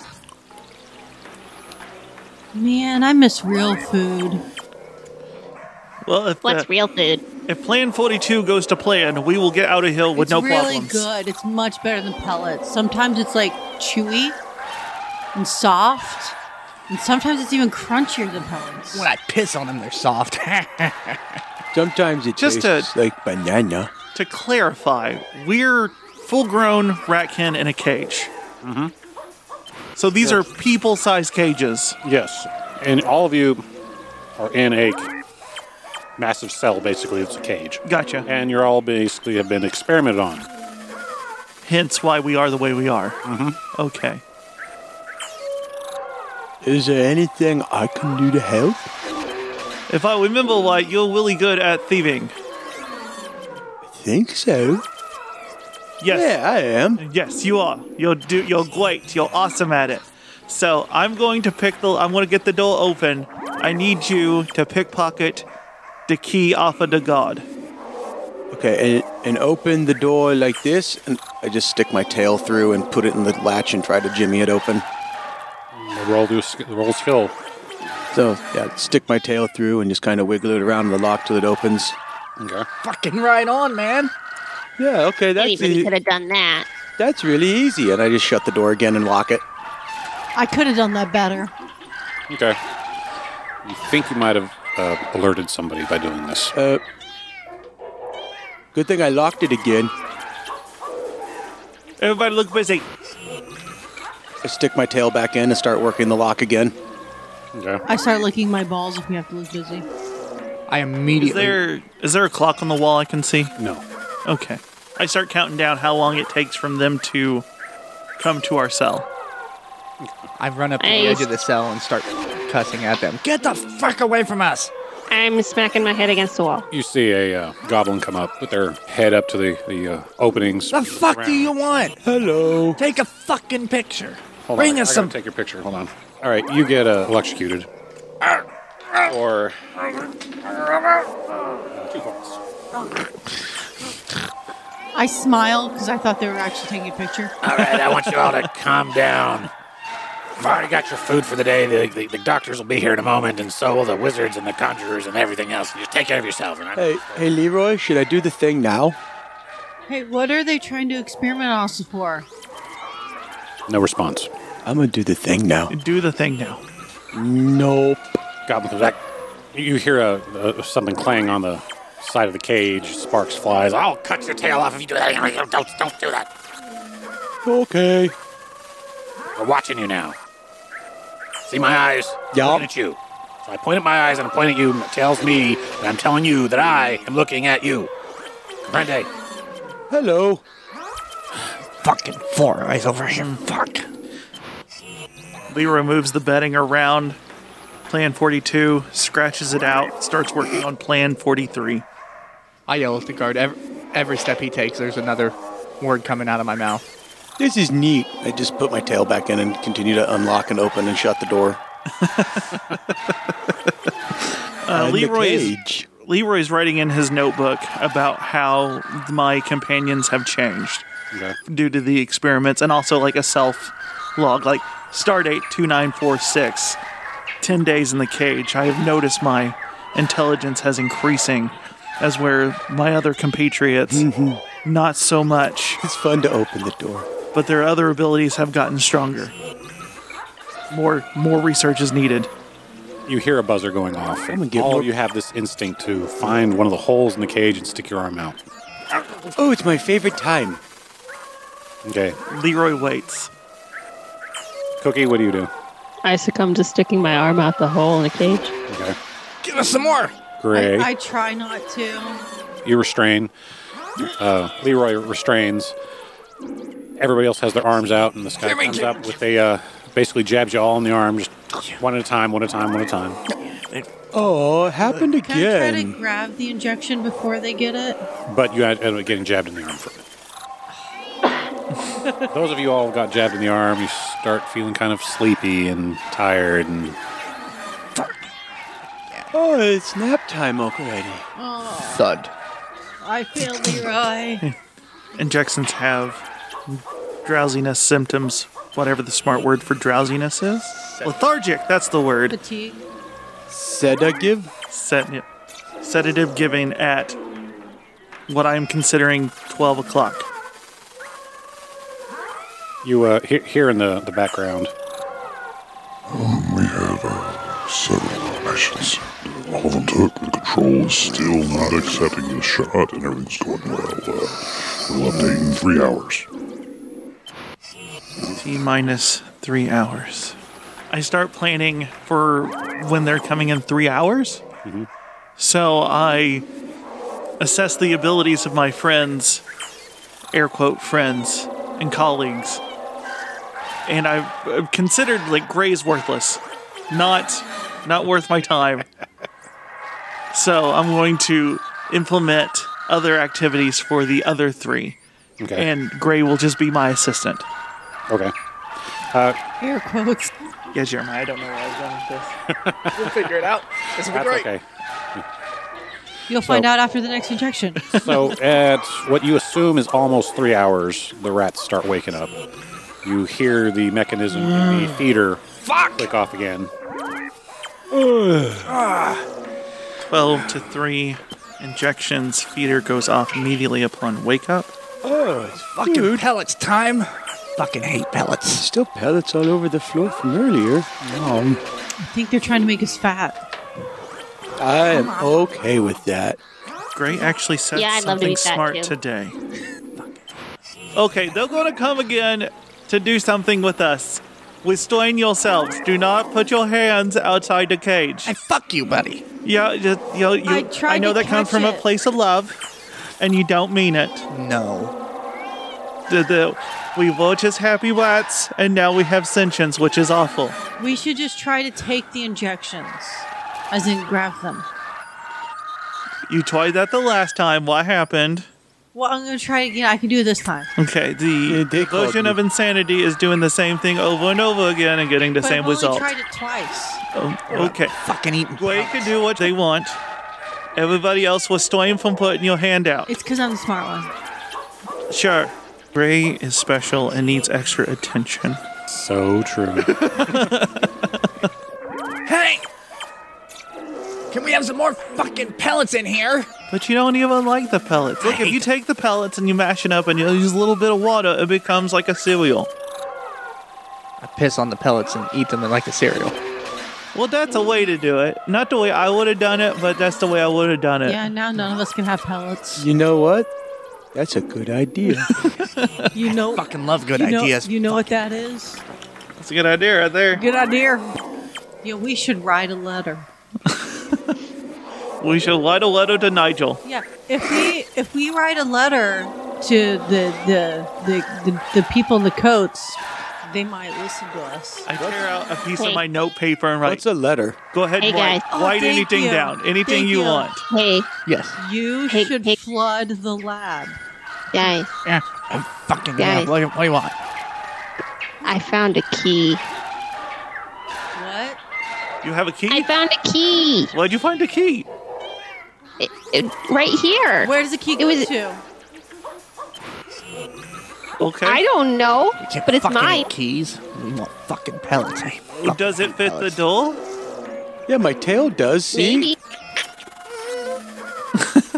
[SPEAKER 10] Man, I miss real food.
[SPEAKER 11] Well, if
[SPEAKER 10] What's
[SPEAKER 11] real
[SPEAKER 9] food?
[SPEAKER 11] If Plan 42 goes to plan, we will get out of here with
[SPEAKER 10] it's
[SPEAKER 11] no
[SPEAKER 10] really
[SPEAKER 11] problems.
[SPEAKER 10] good. It's much better than pellets. Sometimes it's like chewy and soft, and sometimes it's even crunchier than pellets.
[SPEAKER 12] When I piss on them, they're soft.
[SPEAKER 17] Sometimes it
[SPEAKER 11] Just
[SPEAKER 17] tastes like banana.
[SPEAKER 11] To clarify, we're full-grown ratkin in a cage.
[SPEAKER 7] Mm-hmm.
[SPEAKER 11] So these are people-sized cages.
[SPEAKER 7] Yes, and all of you are in a massive cell. Basically, it's a cage.
[SPEAKER 11] Gotcha.
[SPEAKER 7] And you're all basically have been experimented on.
[SPEAKER 11] Hence why we are the way we are. Mm-hmm. Okay.
[SPEAKER 17] Is there anything I can do to help?
[SPEAKER 11] If I remember right, you're really good at thieving.
[SPEAKER 17] Think so.
[SPEAKER 11] Yes.
[SPEAKER 17] Yeah, I am.
[SPEAKER 11] Yes, you are. You're do. You're great. You're awesome at it. So I'm going to pick the. I'm going to get the door open. I need you to pickpocket the key off of the guard.
[SPEAKER 17] Okay, and, and open the door like this, and I just stick my tail through and put it in the latch and try to jimmy it open.
[SPEAKER 7] Mm, The roll, do, the roll skill.
[SPEAKER 17] So, yeah, stick my tail through and just kind of wiggle it around the lock till it opens.
[SPEAKER 7] Okay.
[SPEAKER 12] fucking right on, man.
[SPEAKER 17] Yeah, okay, that's,
[SPEAKER 10] Anybody
[SPEAKER 17] e-
[SPEAKER 10] coulda-
[SPEAKER 6] Could have done that.
[SPEAKER 17] that's really easy. And I just shut the door again and lock it.
[SPEAKER 10] I could have done that better.
[SPEAKER 7] Okay. You think you might have uh, alerted somebody by doing this?
[SPEAKER 17] Uh, good thing I locked it again.
[SPEAKER 11] Everybody look busy.
[SPEAKER 17] I stick my tail back in and start working the lock again.
[SPEAKER 10] I start licking my balls if we have to look busy.
[SPEAKER 12] I immediately.
[SPEAKER 11] Is there is there a clock on the wall I can see?
[SPEAKER 7] No.
[SPEAKER 11] Okay. I start counting down how long it takes from them to come to our cell.
[SPEAKER 12] I've run up to the
[SPEAKER 11] Nice.
[SPEAKER 12] edge of the cell and start cussing at them. Get the fuck away from us!
[SPEAKER 9] I'm smacking my head against the wall.
[SPEAKER 7] You see a uh, goblin come up with their head up to the the uh, openings.
[SPEAKER 12] The fuck do you want?
[SPEAKER 7] Hello.
[SPEAKER 12] Take a fucking picture.
[SPEAKER 7] Hold
[SPEAKER 12] Bring
[SPEAKER 7] on,
[SPEAKER 12] us
[SPEAKER 7] I
[SPEAKER 12] some.
[SPEAKER 7] gotta Take your picture. Hold on. All right, you get uh, electrocuted. Or
[SPEAKER 10] I smiled because I thought they were actually taking a picture.
[SPEAKER 19] All right, I want you all to calm down. I've already got your food for the day. The, the, the doctors will be here in a moment, and so will the wizards and the conjurers and everything else. Just take care of yourself, all right?
[SPEAKER 17] Hey, hey, Leroy, should I do the thing now?
[SPEAKER 10] Hey, what are they trying to experiment on us for?
[SPEAKER 7] no response.
[SPEAKER 17] I'm gonna do the thing now.
[SPEAKER 11] Do the thing now.
[SPEAKER 17] Nope.
[SPEAKER 7] Goblin comes back. You hear a, a, something clang on the side of the cage. Sparks flies.
[SPEAKER 19] I'll
[SPEAKER 7] Oh,
[SPEAKER 19] cut your tail off if you do that. Don't, don't do that.
[SPEAKER 17] Okay.
[SPEAKER 19] We're watching you now. See my eyes?
[SPEAKER 17] Yeah.
[SPEAKER 19] Looking at you. So I point at my eyes and I point at you, and it tells me that I'm telling you that I am looking at you. Comprende?
[SPEAKER 17] Hello.
[SPEAKER 19] Fucking four eyes over him. Fuck.
[SPEAKER 11] Leroy moves the bedding around. Plan 42 scratches it out, starts working on plan 43.
[SPEAKER 12] I yell at the guard. Every, every step he takes, there's another word coming out of my mouth.
[SPEAKER 17] This is neat. I just put my tail back in and continue to unlock and open and shut the door.
[SPEAKER 11] Uh,
[SPEAKER 17] I'm the
[SPEAKER 11] Leroy is, Uh, Leroy's writing in his notebook about how my companions have changed due to the experiments and also like a self log, like Stardate 2946, 10 days in the cage. I have noticed my intelligence has increasing as where my other compatriots, not so much.
[SPEAKER 17] Mm-hmm. It's fun to open the door.
[SPEAKER 11] But their other abilities have gotten stronger. More, more research is needed.
[SPEAKER 7] You hear a buzzer going off. and
[SPEAKER 11] gonna give
[SPEAKER 7] all
[SPEAKER 11] him
[SPEAKER 7] of
[SPEAKER 11] a-
[SPEAKER 7] you have this instinct to find one of the holes in the cage and stick your arm out.
[SPEAKER 17] Oh, it's my favorite time.
[SPEAKER 7] Okay.
[SPEAKER 11] Leroy waits.
[SPEAKER 7] Cookie, what do you do?
[SPEAKER 9] I succumb to sticking my arm out the hole in a cage.
[SPEAKER 7] Okay.
[SPEAKER 10] Give us some more.
[SPEAKER 7] Gray.
[SPEAKER 10] I, I try not to.
[SPEAKER 7] You restrain. Uh, Leroy restrains. Everybody else has their arms out, and this guy
[SPEAKER 19] Jimmy,
[SPEAKER 7] comes
[SPEAKER 19] Jimmy,
[SPEAKER 7] up with a uh, basically jabs you all in the arm, just one at a time, one at a time, one at a time.
[SPEAKER 17] Oh, it
[SPEAKER 11] Uh,
[SPEAKER 17] happened
[SPEAKER 10] Can I try to
[SPEAKER 17] again.
[SPEAKER 10] grab the injection before they get it?
[SPEAKER 7] But you end up getting jabbed in the arm for it. Those of you all got jabbed in the arm. You start feeling kind of sleepy and tired, and
[SPEAKER 17] Oh, it's nap time already.
[SPEAKER 10] Oh,
[SPEAKER 12] Thud.
[SPEAKER 10] I feel Leroy.
[SPEAKER 11] Injections have drowsiness symptoms, whatever the smart word for drowsiness is. Lethargic, that's the word.
[SPEAKER 10] Fatigue.
[SPEAKER 17] Sedative?
[SPEAKER 11] Set, yep. Sedative giving at what I'm considering 12 o'clock.
[SPEAKER 7] you uh, he- hear in the, the background.
[SPEAKER 20] We have uh, several missions. All of them took. The control is still not accepting the shot, and everything's going well. Uh, we'll update in three hours.
[SPEAKER 11] T minus three hours. I start planning for when they're coming in three hours.
[SPEAKER 8] Mm-hmm.
[SPEAKER 11] So I assess the abilities of my friends, air quote friends and colleagues, and I've I've considered like Gray's worthless, not not worth my time. so I'm going to implement other activities for the other three,
[SPEAKER 7] Okay.
[SPEAKER 11] and Gray will just be my assistant.
[SPEAKER 7] Okay. Uh,
[SPEAKER 10] Air quotes.
[SPEAKER 11] Yeah, Jeremiah, I don't know where I was going with this.
[SPEAKER 12] We'll figure it out. This will be
[SPEAKER 7] That's
[SPEAKER 12] great.
[SPEAKER 7] okay.
[SPEAKER 10] You'll find
[SPEAKER 7] So-
[SPEAKER 10] out after the next injection.
[SPEAKER 7] So at what you assume is almost three hours, the rats start waking up. You hear the mechanism in
[SPEAKER 17] Mm.
[SPEAKER 7] the feeder click off again.
[SPEAKER 11] Ah. 12 to 3 injections. Feeder goes off immediately upon wake up.
[SPEAKER 12] Oh, it's fucking pellets time. Fucking hate pellets.
[SPEAKER 17] Still pellets all over the floor from earlier. Um,
[SPEAKER 10] I think they're trying to make us fat.
[SPEAKER 17] I am okay with that.
[SPEAKER 11] Gray actually said
[SPEAKER 10] Yeah, I'd love to
[SPEAKER 11] something
[SPEAKER 10] eat that,
[SPEAKER 11] smart
[SPEAKER 10] too.
[SPEAKER 11] today. Okay, they're going to come again to do something with us. Restrain yourselves. Do not put your hands outside the cage. I
[SPEAKER 12] fuck you, buddy.
[SPEAKER 11] Yeah, you, you, you,
[SPEAKER 12] I
[SPEAKER 11] I,
[SPEAKER 12] tried
[SPEAKER 11] know
[SPEAKER 12] to
[SPEAKER 11] that comes
[SPEAKER 12] catch
[SPEAKER 11] from a
[SPEAKER 12] it.
[SPEAKER 11] place of love, and you don't mean it.
[SPEAKER 12] No.
[SPEAKER 11] The, the, we were just happy rats, and now we have sentience, which is awful.
[SPEAKER 10] We should just try to take the injections, as in grab them.
[SPEAKER 11] You tried that the last time. What happened?
[SPEAKER 10] Well, I'm gonna try it again. I can do it this time.
[SPEAKER 11] Okay, the
[SPEAKER 10] called
[SPEAKER 11] version
[SPEAKER 10] me.
[SPEAKER 11] of insanity is doing the same thing over and over again and getting the
[SPEAKER 10] but
[SPEAKER 11] same
[SPEAKER 10] I've only
[SPEAKER 11] result.
[SPEAKER 10] tried it twice.
[SPEAKER 11] Oh, okay.
[SPEAKER 12] Fucking eating.
[SPEAKER 11] They can do what they want. Everybody else was staying from putting your hand out.
[SPEAKER 10] It's because I'm the smart one.
[SPEAKER 11] Sure. Ray is special and needs extra attention.
[SPEAKER 7] So true.
[SPEAKER 12] Hey! Can we have some more fucking pellets in here?
[SPEAKER 11] But you don't even like the pellets. Look, if you take the pellets and you mash it up and you use a little bit of water, it becomes like a cereal.
[SPEAKER 12] I piss on the pellets and eat them like a cereal.
[SPEAKER 11] Well, that's a way to do it. Not the way I would have done it, but that's the way I would have done it.
[SPEAKER 10] Yeah, now none of us can have pellets.
[SPEAKER 17] You know what? That's a good idea.
[SPEAKER 10] You know,
[SPEAKER 12] fucking love
[SPEAKER 17] good
[SPEAKER 10] you know-
[SPEAKER 17] ideas.
[SPEAKER 10] You know what that is?
[SPEAKER 11] That's a good idea right there.
[SPEAKER 10] Good idea. Yeah, we should write a letter.
[SPEAKER 11] We shall write a letter to Nigel.
[SPEAKER 10] Yeah, if we if we write a letter to the the the, the, the people in the coats, they might listen to us.
[SPEAKER 11] I tear out a piece of
[SPEAKER 10] Hey.
[SPEAKER 11] my note paper and write. What's
[SPEAKER 17] a letter?
[SPEAKER 11] Go ahead
[SPEAKER 10] Hey,
[SPEAKER 11] and write,
[SPEAKER 10] guys. Oh,
[SPEAKER 11] write
[SPEAKER 10] thank
[SPEAKER 11] anything
[SPEAKER 10] you.
[SPEAKER 11] down. Anything
[SPEAKER 10] Thank
[SPEAKER 11] you,
[SPEAKER 10] you.
[SPEAKER 11] want.
[SPEAKER 21] Hey.
[SPEAKER 12] Yes.
[SPEAKER 10] You should flood the lab.
[SPEAKER 21] Guys,
[SPEAKER 12] Yeah. I'm fucking
[SPEAKER 21] Yeah.
[SPEAKER 12] yeah. What, do you- what do you want?
[SPEAKER 21] I found a key.
[SPEAKER 10] What?
[SPEAKER 11] You have a key?
[SPEAKER 21] I found a key.
[SPEAKER 11] Why'd you find a key?
[SPEAKER 21] It, it- right here.
[SPEAKER 10] Where does the key
[SPEAKER 21] it
[SPEAKER 10] go
[SPEAKER 21] was,
[SPEAKER 10] to?
[SPEAKER 11] Okay.
[SPEAKER 21] I don't know, but it's
[SPEAKER 12] fucking
[SPEAKER 21] mine.
[SPEAKER 12] eat keys. We want fucking pellets. Hey,
[SPEAKER 11] Does it fit the door?
[SPEAKER 17] Yeah, my tail does. See?
[SPEAKER 21] Maybe.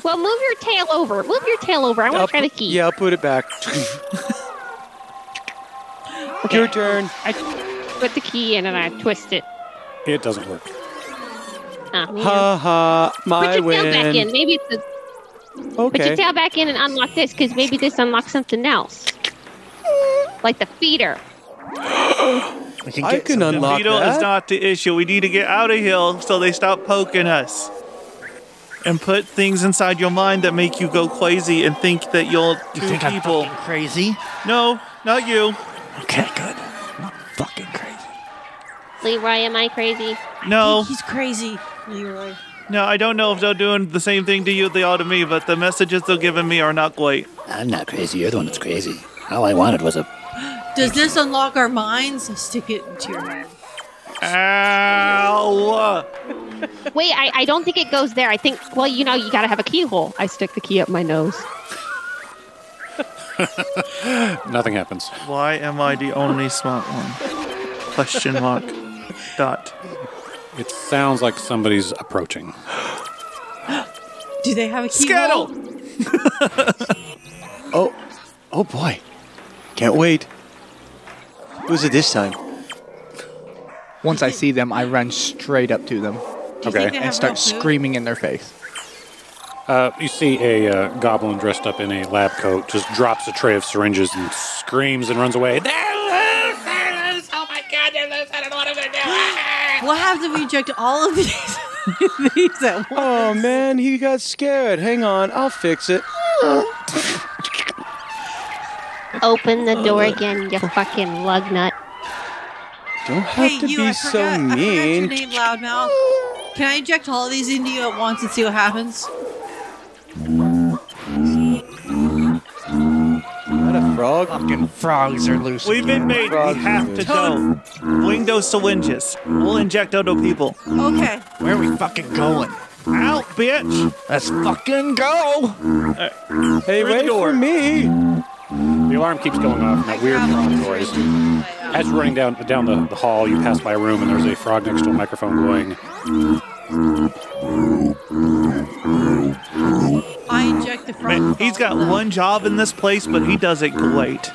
[SPEAKER 21] well, move your tail over. Move your tail over. I want to try the key.
[SPEAKER 17] Yeah, I'll put it back. Your turn.
[SPEAKER 21] I put the key in and I twist it.
[SPEAKER 7] It doesn't work.
[SPEAKER 21] Ah, man.
[SPEAKER 17] Ha ha, my
[SPEAKER 21] Put your tail back in.
[SPEAKER 17] win.
[SPEAKER 21] Maybe it's a, Put
[SPEAKER 17] Okay.
[SPEAKER 21] your tail back in and unlock this because maybe this unlocks something else, like the feeder.
[SPEAKER 17] I can unlock
[SPEAKER 11] Veto is
[SPEAKER 17] that.
[SPEAKER 11] not the issue. We need to get out of here so they stop poking us. And put things inside your mind that make you go crazy and think that you're two
[SPEAKER 12] think I'm
[SPEAKER 11] people.
[SPEAKER 12] crazy?
[SPEAKER 11] No, not you.
[SPEAKER 12] Okay, good.
[SPEAKER 21] Leroy, am I crazy?
[SPEAKER 11] No,
[SPEAKER 10] He's crazy, Leroy.
[SPEAKER 11] no, I don't know if they're doing the same thing to you they are to me, but the messages they're giving me are not great.
[SPEAKER 8] I'm not crazy. You're the one that's crazy. All I wanted was a.
[SPEAKER 10] Does this unlock our minds? Stick it into your head.
[SPEAKER 11] Ow!
[SPEAKER 21] Wait, I, I don't think it goes there. I think, well, you know, you gotta have a keyhole. I stick the key up my nose.
[SPEAKER 7] Nothing happens.
[SPEAKER 11] Why am I the only smart one? Question mark. Dot.
[SPEAKER 7] It sounds like somebody's approaching.
[SPEAKER 10] Do they have a key?
[SPEAKER 11] Skittle!
[SPEAKER 17] Oh, oh boy. Can't wait. Who's it this time?
[SPEAKER 12] Once I see them, I run straight up to them.
[SPEAKER 7] think Okay. they
[SPEAKER 12] And
[SPEAKER 7] have
[SPEAKER 12] start
[SPEAKER 7] real food?
[SPEAKER 12] screaming in their face.
[SPEAKER 7] Uh, you see a uh, goblin dressed up in a lab coat just drops a tray of syringes and screams and runs away. There!
[SPEAKER 6] Oh my god, they're loose. I don't know what I'm gonna do.
[SPEAKER 10] What happens if we inject all of these? These at once.
[SPEAKER 17] Oh man, he got scared. Hang on, I'll fix it.
[SPEAKER 21] Open the
[SPEAKER 11] Uh,
[SPEAKER 21] door again, you fucking lug nut.
[SPEAKER 17] Don't have
[SPEAKER 10] hey,
[SPEAKER 17] to
[SPEAKER 10] you,
[SPEAKER 17] be
[SPEAKER 10] I forgot,
[SPEAKER 17] so
[SPEAKER 10] I forgot your
[SPEAKER 17] mean.
[SPEAKER 10] name, Loudmouth. Can I inject all these into you at once and see what happens?
[SPEAKER 12] What a frog. Fucking frogs are loose.
[SPEAKER 11] We've been made. We have to go. Bring those syringes. We'll inject other people.
[SPEAKER 10] Okay.
[SPEAKER 12] Where are we fucking going?
[SPEAKER 11] Out, bitch!
[SPEAKER 12] Let's fucking go!
[SPEAKER 17] Hey, wait for me.
[SPEAKER 7] The alarm keeps going off, and that weird frog noise. As you're running down down the, the hall, you pass by a room, and there's a frog next to a microphone going.
[SPEAKER 10] I inject the frog.
[SPEAKER 11] He's got one job in this place, but he does it great.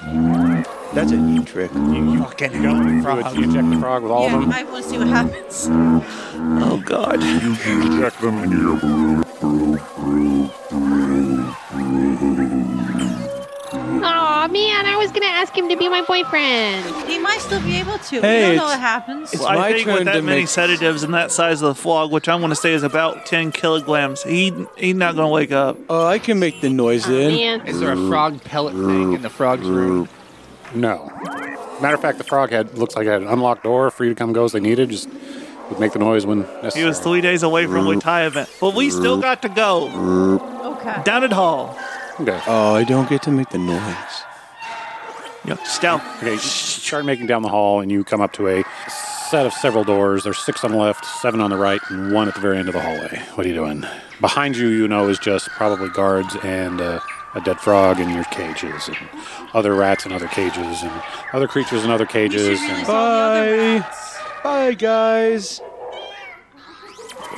[SPEAKER 17] That's a neat trick.
[SPEAKER 11] You,
[SPEAKER 12] fucking
[SPEAKER 7] frog. You inject the frog with all
[SPEAKER 10] yeah,
[SPEAKER 7] of them.
[SPEAKER 10] I want to see what happens.
[SPEAKER 11] Oh god.
[SPEAKER 20] You inject them into your
[SPEAKER 21] Oh, Aw, man, I was gonna ask him to be my boyfriend.
[SPEAKER 10] He might still be able to.
[SPEAKER 11] Hey,
[SPEAKER 10] we don't
[SPEAKER 11] it's-
[SPEAKER 10] know what happens.
[SPEAKER 11] Well, I think with that many sedatives and that size of the flog, which I'm going to say is about 10 kilograms, he he's not going to wake up.
[SPEAKER 17] Oh, I can make the noise
[SPEAKER 10] Oh,
[SPEAKER 11] in.
[SPEAKER 12] Is there a frog pellet thing in the frog's room?
[SPEAKER 7] No. Matter of fact, the frog had looks like it had an unlocked door, free to come go as they needed. Just would make the noise when necessary.
[SPEAKER 11] He was three days away from
[SPEAKER 17] Mm.
[SPEAKER 11] Muay Thai event. But we still got to go. Okay. Down at Hall.
[SPEAKER 7] Okay.
[SPEAKER 17] Oh, I don't get to make the noise.
[SPEAKER 11] Yep. Scout.
[SPEAKER 7] Okay, you start making down the hall, and you come up to a set of several doors. There's six on the left, seven on the right, and one at the very end of the hallway. What are you doing? Behind you, you know, is just probably guards and uh, a dead frog in your cages, and other rats in other cages, and other creatures in other cages. and-
[SPEAKER 17] Bye. Bye, guys.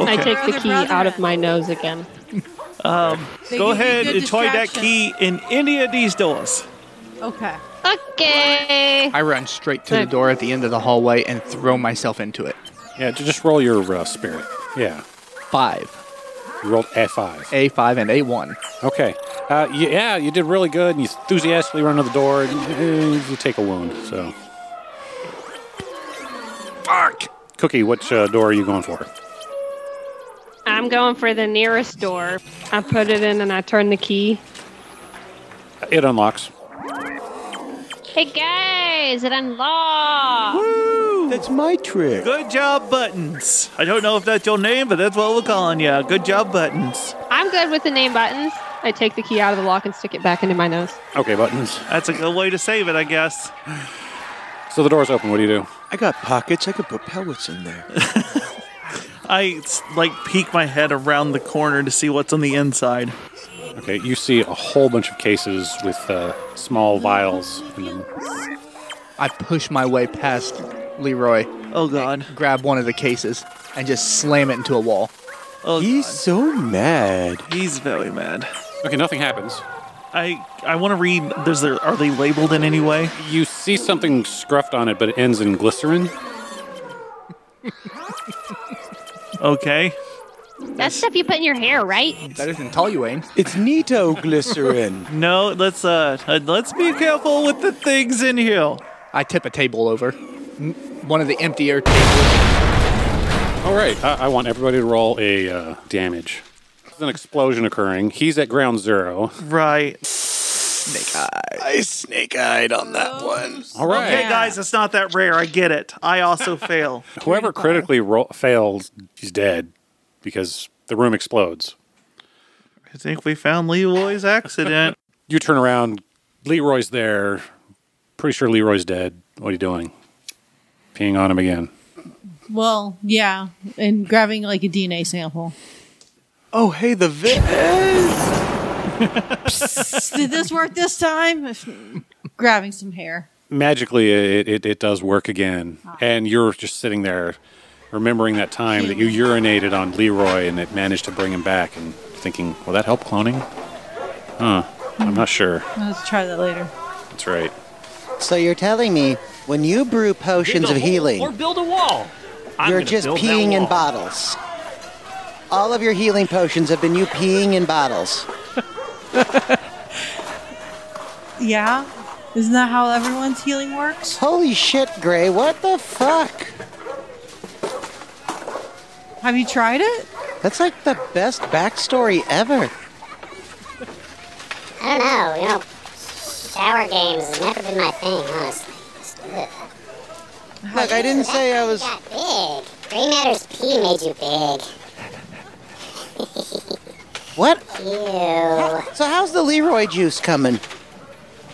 [SPEAKER 9] I
[SPEAKER 11] Okay.
[SPEAKER 9] take the key out of my nose again.
[SPEAKER 11] Um,
[SPEAKER 9] They
[SPEAKER 11] go
[SPEAKER 9] give you
[SPEAKER 11] ahead
[SPEAKER 9] good
[SPEAKER 11] and toy that
[SPEAKER 9] distraction.
[SPEAKER 11] key in any of these doors.
[SPEAKER 10] Okay.
[SPEAKER 21] Okay.
[SPEAKER 12] I run straight to the door at the end of the hallway and throw myself into it.
[SPEAKER 7] Yeah, ju- just roll your uh, spirit. Yeah.
[SPEAKER 12] Five.
[SPEAKER 7] You rolled a five.
[SPEAKER 12] A five and a one.
[SPEAKER 7] Okay. Uh, y- yeah, you did really good, and you enthusiastically run to the door, and uh, you take a wound. So,
[SPEAKER 11] Fuck!
[SPEAKER 7] Cookie, which uh, door are you going for?
[SPEAKER 9] I'm going for the nearest door. I put it in and I turn the key.
[SPEAKER 7] It unlocks.
[SPEAKER 21] Hey guys, it unlocked.
[SPEAKER 11] That's my trick. Good job, Buttons. I don't know if that's your name, but that's what we're calling you. Good job, Buttons.
[SPEAKER 21] I'm good with the name buttons.
[SPEAKER 9] I take the key out of the lock and stick it back into my nose.
[SPEAKER 7] Okay, buttons.
[SPEAKER 11] That's a good way to save it, I guess.
[SPEAKER 7] So the door's open. What do you do?
[SPEAKER 17] I got pockets. I could put pellets in there.
[SPEAKER 11] I like peek my head around the corner to see what's on the inside.
[SPEAKER 7] Okay, you see a whole bunch of cases with uh, small vials in them.
[SPEAKER 12] I push my way past Leroy.
[SPEAKER 11] Oh God!
[SPEAKER 12] Grab one of the cases and just slam it into a wall.
[SPEAKER 11] Oh,
[SPEAKER 12] he's
[SPEAKER 17] so mad.
[SPEAKER 11] He's very mad.
[SPEAKER 7] Okay, nothing happens.
[SPEAKER 11] I I want to read. Does there are they labeled in any way?
[SPEAKER 7] You see something scruffed on it, but it ends in glycerin.
[SPEAKER 11] okay.
[SPEAKER 21] That's stuff you put in your hair, right?
[SPEAKER 12] That isn't
[SPEAKER 16] Oh,
[SPEAKER 12] toluene.
[SPEAKER 11] It's neato glycerin. no, let's uh, uh, let's be careful with the things in here.
[SPEAKER 12] I tip a table over. M- One of the emptier tables.
[SPEAKER 7] All right, I, I want everybody to roll a uh, damage. There's an explosion occurring. He's at ground zero.
[SPEAKER 11] Right.
[SPEAKER 17] Snake eyed. I snake eyed on that one.
[SPEAKER 7] All right.
[SPEAKER 11] Okay, guys, it's not that rare. I get it. I also fail.
[SPEAKER 7] Whoever critically ro- fails, he's dead because the room explodes.
[SPEAKER 11] I think we found Leroy's accident.
[SPEAKER 7] you turn around. Leroy's there. Pretty sure Leroy's dead. What are you doing? Peeing on him again.
[SPEAKER 10] Well, yeah, and grabbing like a DNA sample.
[SPEAKER 17] Oh, hey, the vi-
[SPEAKER 10] Did this work this time? If- grabbing some hair.
[SPEAKER 7] Magically, it, it, it does work again. And you're just sitting there remembering that time that you urinated on Leroy and it managed to bring him back and thinking, will that help cloning? Huh. I'm not sure.
[SPEAKER 10] Let's try that later.
[SPEAKER 7] That's right.
[SPEAKER 4] So you're telling me when you brew potions
[SPEAKER 15] Dig
[SPEAKER 4] of
[SPEAKER 15] a hole
[SPEAKER 4] healing,
[SPEAKER 15] Or build a wall. I'm
[SPEAKER 4] you're
[SPEAKER 15] gonna
[SPEAKER 4] just
[SPEAKER 15] build that
[SPEAKER 4] peeing in
[SPEAKER 15] wall.
[SPEAKER 4] bottles. All of your healing potions have been you peeing in bottles.
[SPEAKER 10] Yeah, isn't that how everyone's healing works?
[SPEAKER 4] Holy shit, Gray! What the fuck?
[SPEAKER 10] Have you tried it?
[SPEAKER 4] That's like the best backstory ever.
[SPEAKER 16] I don't know. You know, shower games has never been my thing, honestly. Just, ugh.
[SPEAKER 4] Look, I didn't say I was.
[SPEAKER 16] Got big. Gray Matter's pee made you big.
[SPEAKER 4] What?
[SPEAKER 16] Ew.
[SPEAKER 4] So how's the Leroy juice coming?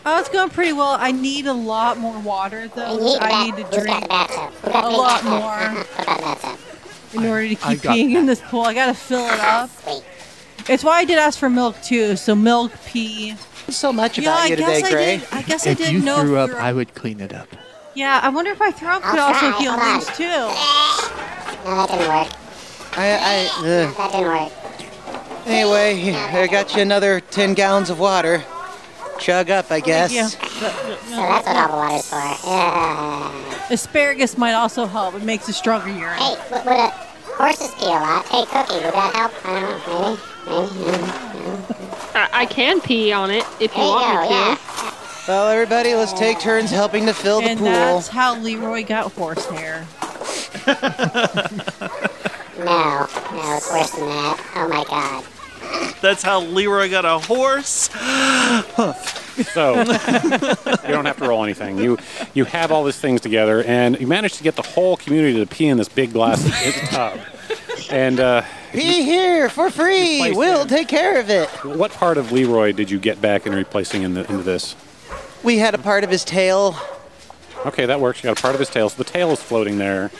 [SPEAKER 10] Oh, it's going pretty well. I need a lot more water though.
[SPEAKER 16] need
[SPEAKER 10] I
[SPEAKER 16] that.
[SPEAKER 10] need to
[SPEAKER 16] Who's got
[SPEAKER 10] drink
[SPEAKER 16] the
[SPEAKER 10] a
[SPEAKER 16] bathtub? Who got the big
[SPEAKER 10] lot
[SPEAKER 16] bathtub?
[SPEAKER 10] more
[SPEAKER 16] What about that stuff?
[SPEAKER 10] in order to
[SPEAKER 16] I
[SPEAKER 10] keep
[SPEAKER 16] got
[SPEAKER 10] being in this pool. I gotta fill it up.
[SPEAKER 16] Wait.
[SPEAKER 10] It's why I did ask for milk too. So milk, pee.
[SPEAKER 4] So much
[SPEAKER 10] yeah,
[SPEAKER 4] about
[SPEAKER 10] I
[SPEAKER 4] you
[SPEAKER 10] guess
[SPEAKER 4] today,
[SPEAKER 10] I
[SPEAKER 4] Gray.
[SPEAKER 10] did- I guess I
[SPEAKER 12] if
[SPEAKER 10] didn't
[SPEAKER 12] you
[SPEAKER 10] know.
[SPEAKER 12] threw
[SPEAKER 10] if
[SPEAKER 12] up,
[SPEAKER 10] throw-
[SPEAKER 12] I would clean it up.
[SPEAKER 10] yeah, I wonder if I throw up could
[SPEAKER 16] I'll
[SPEAKER 10] also
[SPEAKER 16] try.
[SPEAKER 10] heal
[SPEAKER 16] Hold on.
[SPEAKER 10] things too.
[SPEAKER 16] No, that didn't work.
[SPEAKER 4] I, I, ugh.
[SPEAKER 16] That didn't work.
[SPEAKER 4] Anyway, here- I got you another 10 gallons of water. Chug up, I guess.
[SPEAKER 16] So that's what all the water's for. Yeah.
[SPEAKER 10] Asparagus might also help. It makes a stronger urine.
[SPEAKER 16] Hey, would, would a horses pee a lot? Hey, Cookie, would that help? I don't know. Maybe. Maybe. I don't know.
[SPEAKER 9] I, I can pee on it if you
[SPEAKER 16] There you
[SPEAKER 9] want
[SPEAKER 16] go,
[SPEAKER 9] me to.
[SPEAKER 16] yeah.
[SPEAKER 4] Well, everybody, let's take turns helping to fill the
[SPEAKER 10] and
[SPEAKER 4] pool.
[SPEAKER 9] uh,
[SPEAKER 10] that's how Leroy got horse hair.
[SPEAKER 16] No, no, it's worse than that. Oh my god.
[SPEAKER 11] That's how Leroy got a horse.
[SPEAKER 7] So Oh. you don't have to roll anything. You you have all these things together, and you manage to get the whole community to pee in this big glass tub. And uh,
[SPEAKER 4] Be here for free. We'll take care of it.
[SPEAKER 7] what part of Leroy did you get back and replacing in the, into this?
[SPEAKER 4] We had a part of his tail.
[SPEAKER 7] Okay, that works. You got a part of his tail, so the tail is floating there.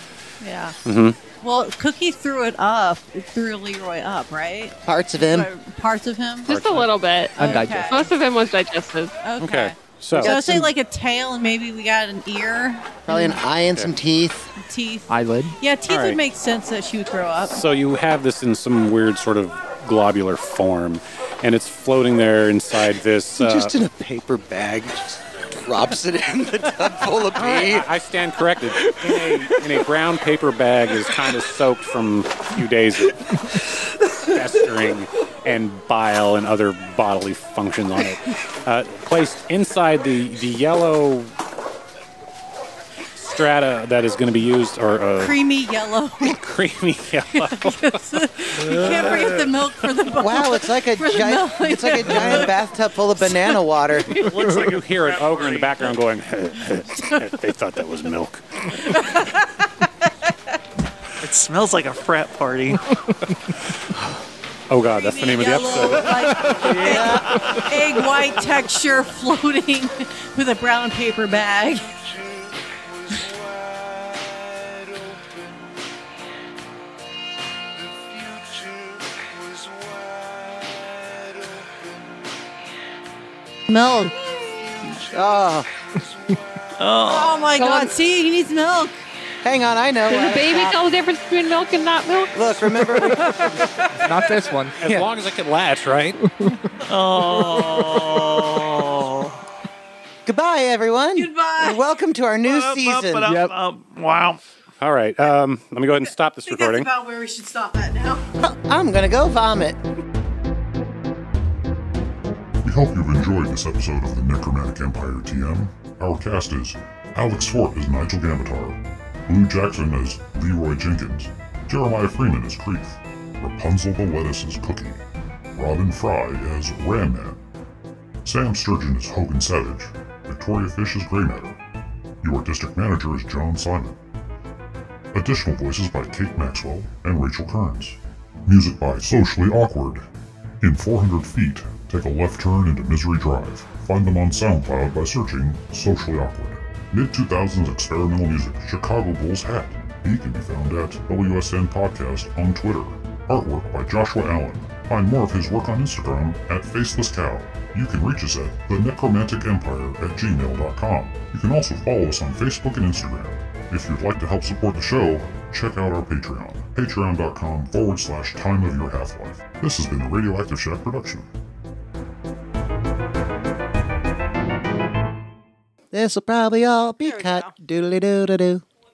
[SPEAKER 10] Yeah.
[SPEAKER 7] Mm-hmm.
[SPEAKER 10] Well, Cookie threw it up, threw Leroy up, right?
[SPEAKER 4] Parts of him.
[SPEAKER 10] Parts of him?
[SPEAKER 9] Just a little bit.
[SPEAKER 10] Undigested.
[SPEAKER 9] Most of him was digested.
[SPEAKER 10] Okay.
[SPEAKER 7] Okay,
[SPEAKER 10] So,
[SPEAKER 7] so
[SPEAKER 10] I would say like a tail, and maybe we got an ear,
[SPEAKER 4] Probably an eye and some teeth.
[SPEAKER 10] teeth.
[SPEAKER 7] eyelid.
[SPEAKER 10] Yeah, teeth
[SPEAKER 7] All right.
[SPEAKER 10] would make sense that she would grow up.
[SPEAKER 7] So you have this in some weird sort of globular form, and it's floating there inside this. Uh,
[SPEAKER 17] just in a paper bag, just drops it in the tub full of pee.
[SPEAKER 7] I I stand corrected. In a, in a brown paper bag is kind of soaked from a few days of festering and bile and other bodily functions on it. Uh, placed inside the, the yellow strata that is going to be used, or uh,
[SPEAKER 10] Creamy yellow. you
[SPEAKER 7] creamy yellow.
[SPEAKER 10] can't forget the milk for the
[SPEAKER 4] Wow, it's like a
[SPEAKER 10] For the
[SPEAKER 4] giant.
[SPEAKER 10] milk.
[SPEAKER 4] It's like a giant bathtub full of banana water.
[SPEAKER 7] Looks like you hear an ogre in the background going, they thought that was milk.
[SPEAKER 11] It smells like a frat party.
[SPEAKER 7] oh god, that's the name of the
[SPEAKER 10] yellow,
[SPEAKER 7] episode.
[SPEAKER 10] like egg, egg white texture floating with a brown paper bag. Milk.
[SPEAKER 4] Oh.
[SPEAKER 10] Oh,
[SPEAKER 9] Someone-
[SPEAKER 10] my God! See, he needs milk.
[SPEAKER 4] Hang on, I know.
[SPEAKER 9] Does the baby tell the difference between milk and not milk?
[SPEAKER 4] Look, remember.
[SPEAKER 12] Not this one.
[SPEAKER 7] As long as it can last, right?
[SPEAKER 11] oh.
[SPEAKER 4] Goodbye, everyone. Goodbye. And welcome to our new season.
[SPEAKER 11] Wow.
[SPEAKER 7] All right, um, let me go ahead and stop this recording.
[SPEAKER 10] about where we should stop at now.
[SPEAKER 4] I'm gonna go vomit.
[SPEAKER 20] We hope you've enjoyed this episode of the Necromantic Empire TM. Our cast is Alex Fort as Nigel Gamatar, Lou Jackson as Leroy Jenkins, Jeremiah Freeman as Creef, Rapunzel the Lettuce as Cookie, Robin Fry as Ramman, Sam Sturgeon as Hogan Savage, Victoria Fish as Grey Matter, your district manager is John Simon. Additional voices by Kate Maxwell and Rachel Kearns. Music by Socially Awkward. In 400 Feet, take a left turn into Misery Drive. Find them on SoundCloud by searching Socially Awkward. Mid 2000s experimental music, Chicago Bulls Hat. He can be found at WSN Podcast on Twitter. Artwork by Joshua Allen. Find more of his work on Instagram at Faceless Cow. You can reach us at thenecromanticempire at gmail.com. You can also follow us on Facebook and Instagram. If you'd like to help support the show, check out our Patreon, patreon.com forward slash time of your half life. This has been a Radioactive Shack production.
[SPEAKER 4] This'll probably all be cut. Doodly doo doo doo.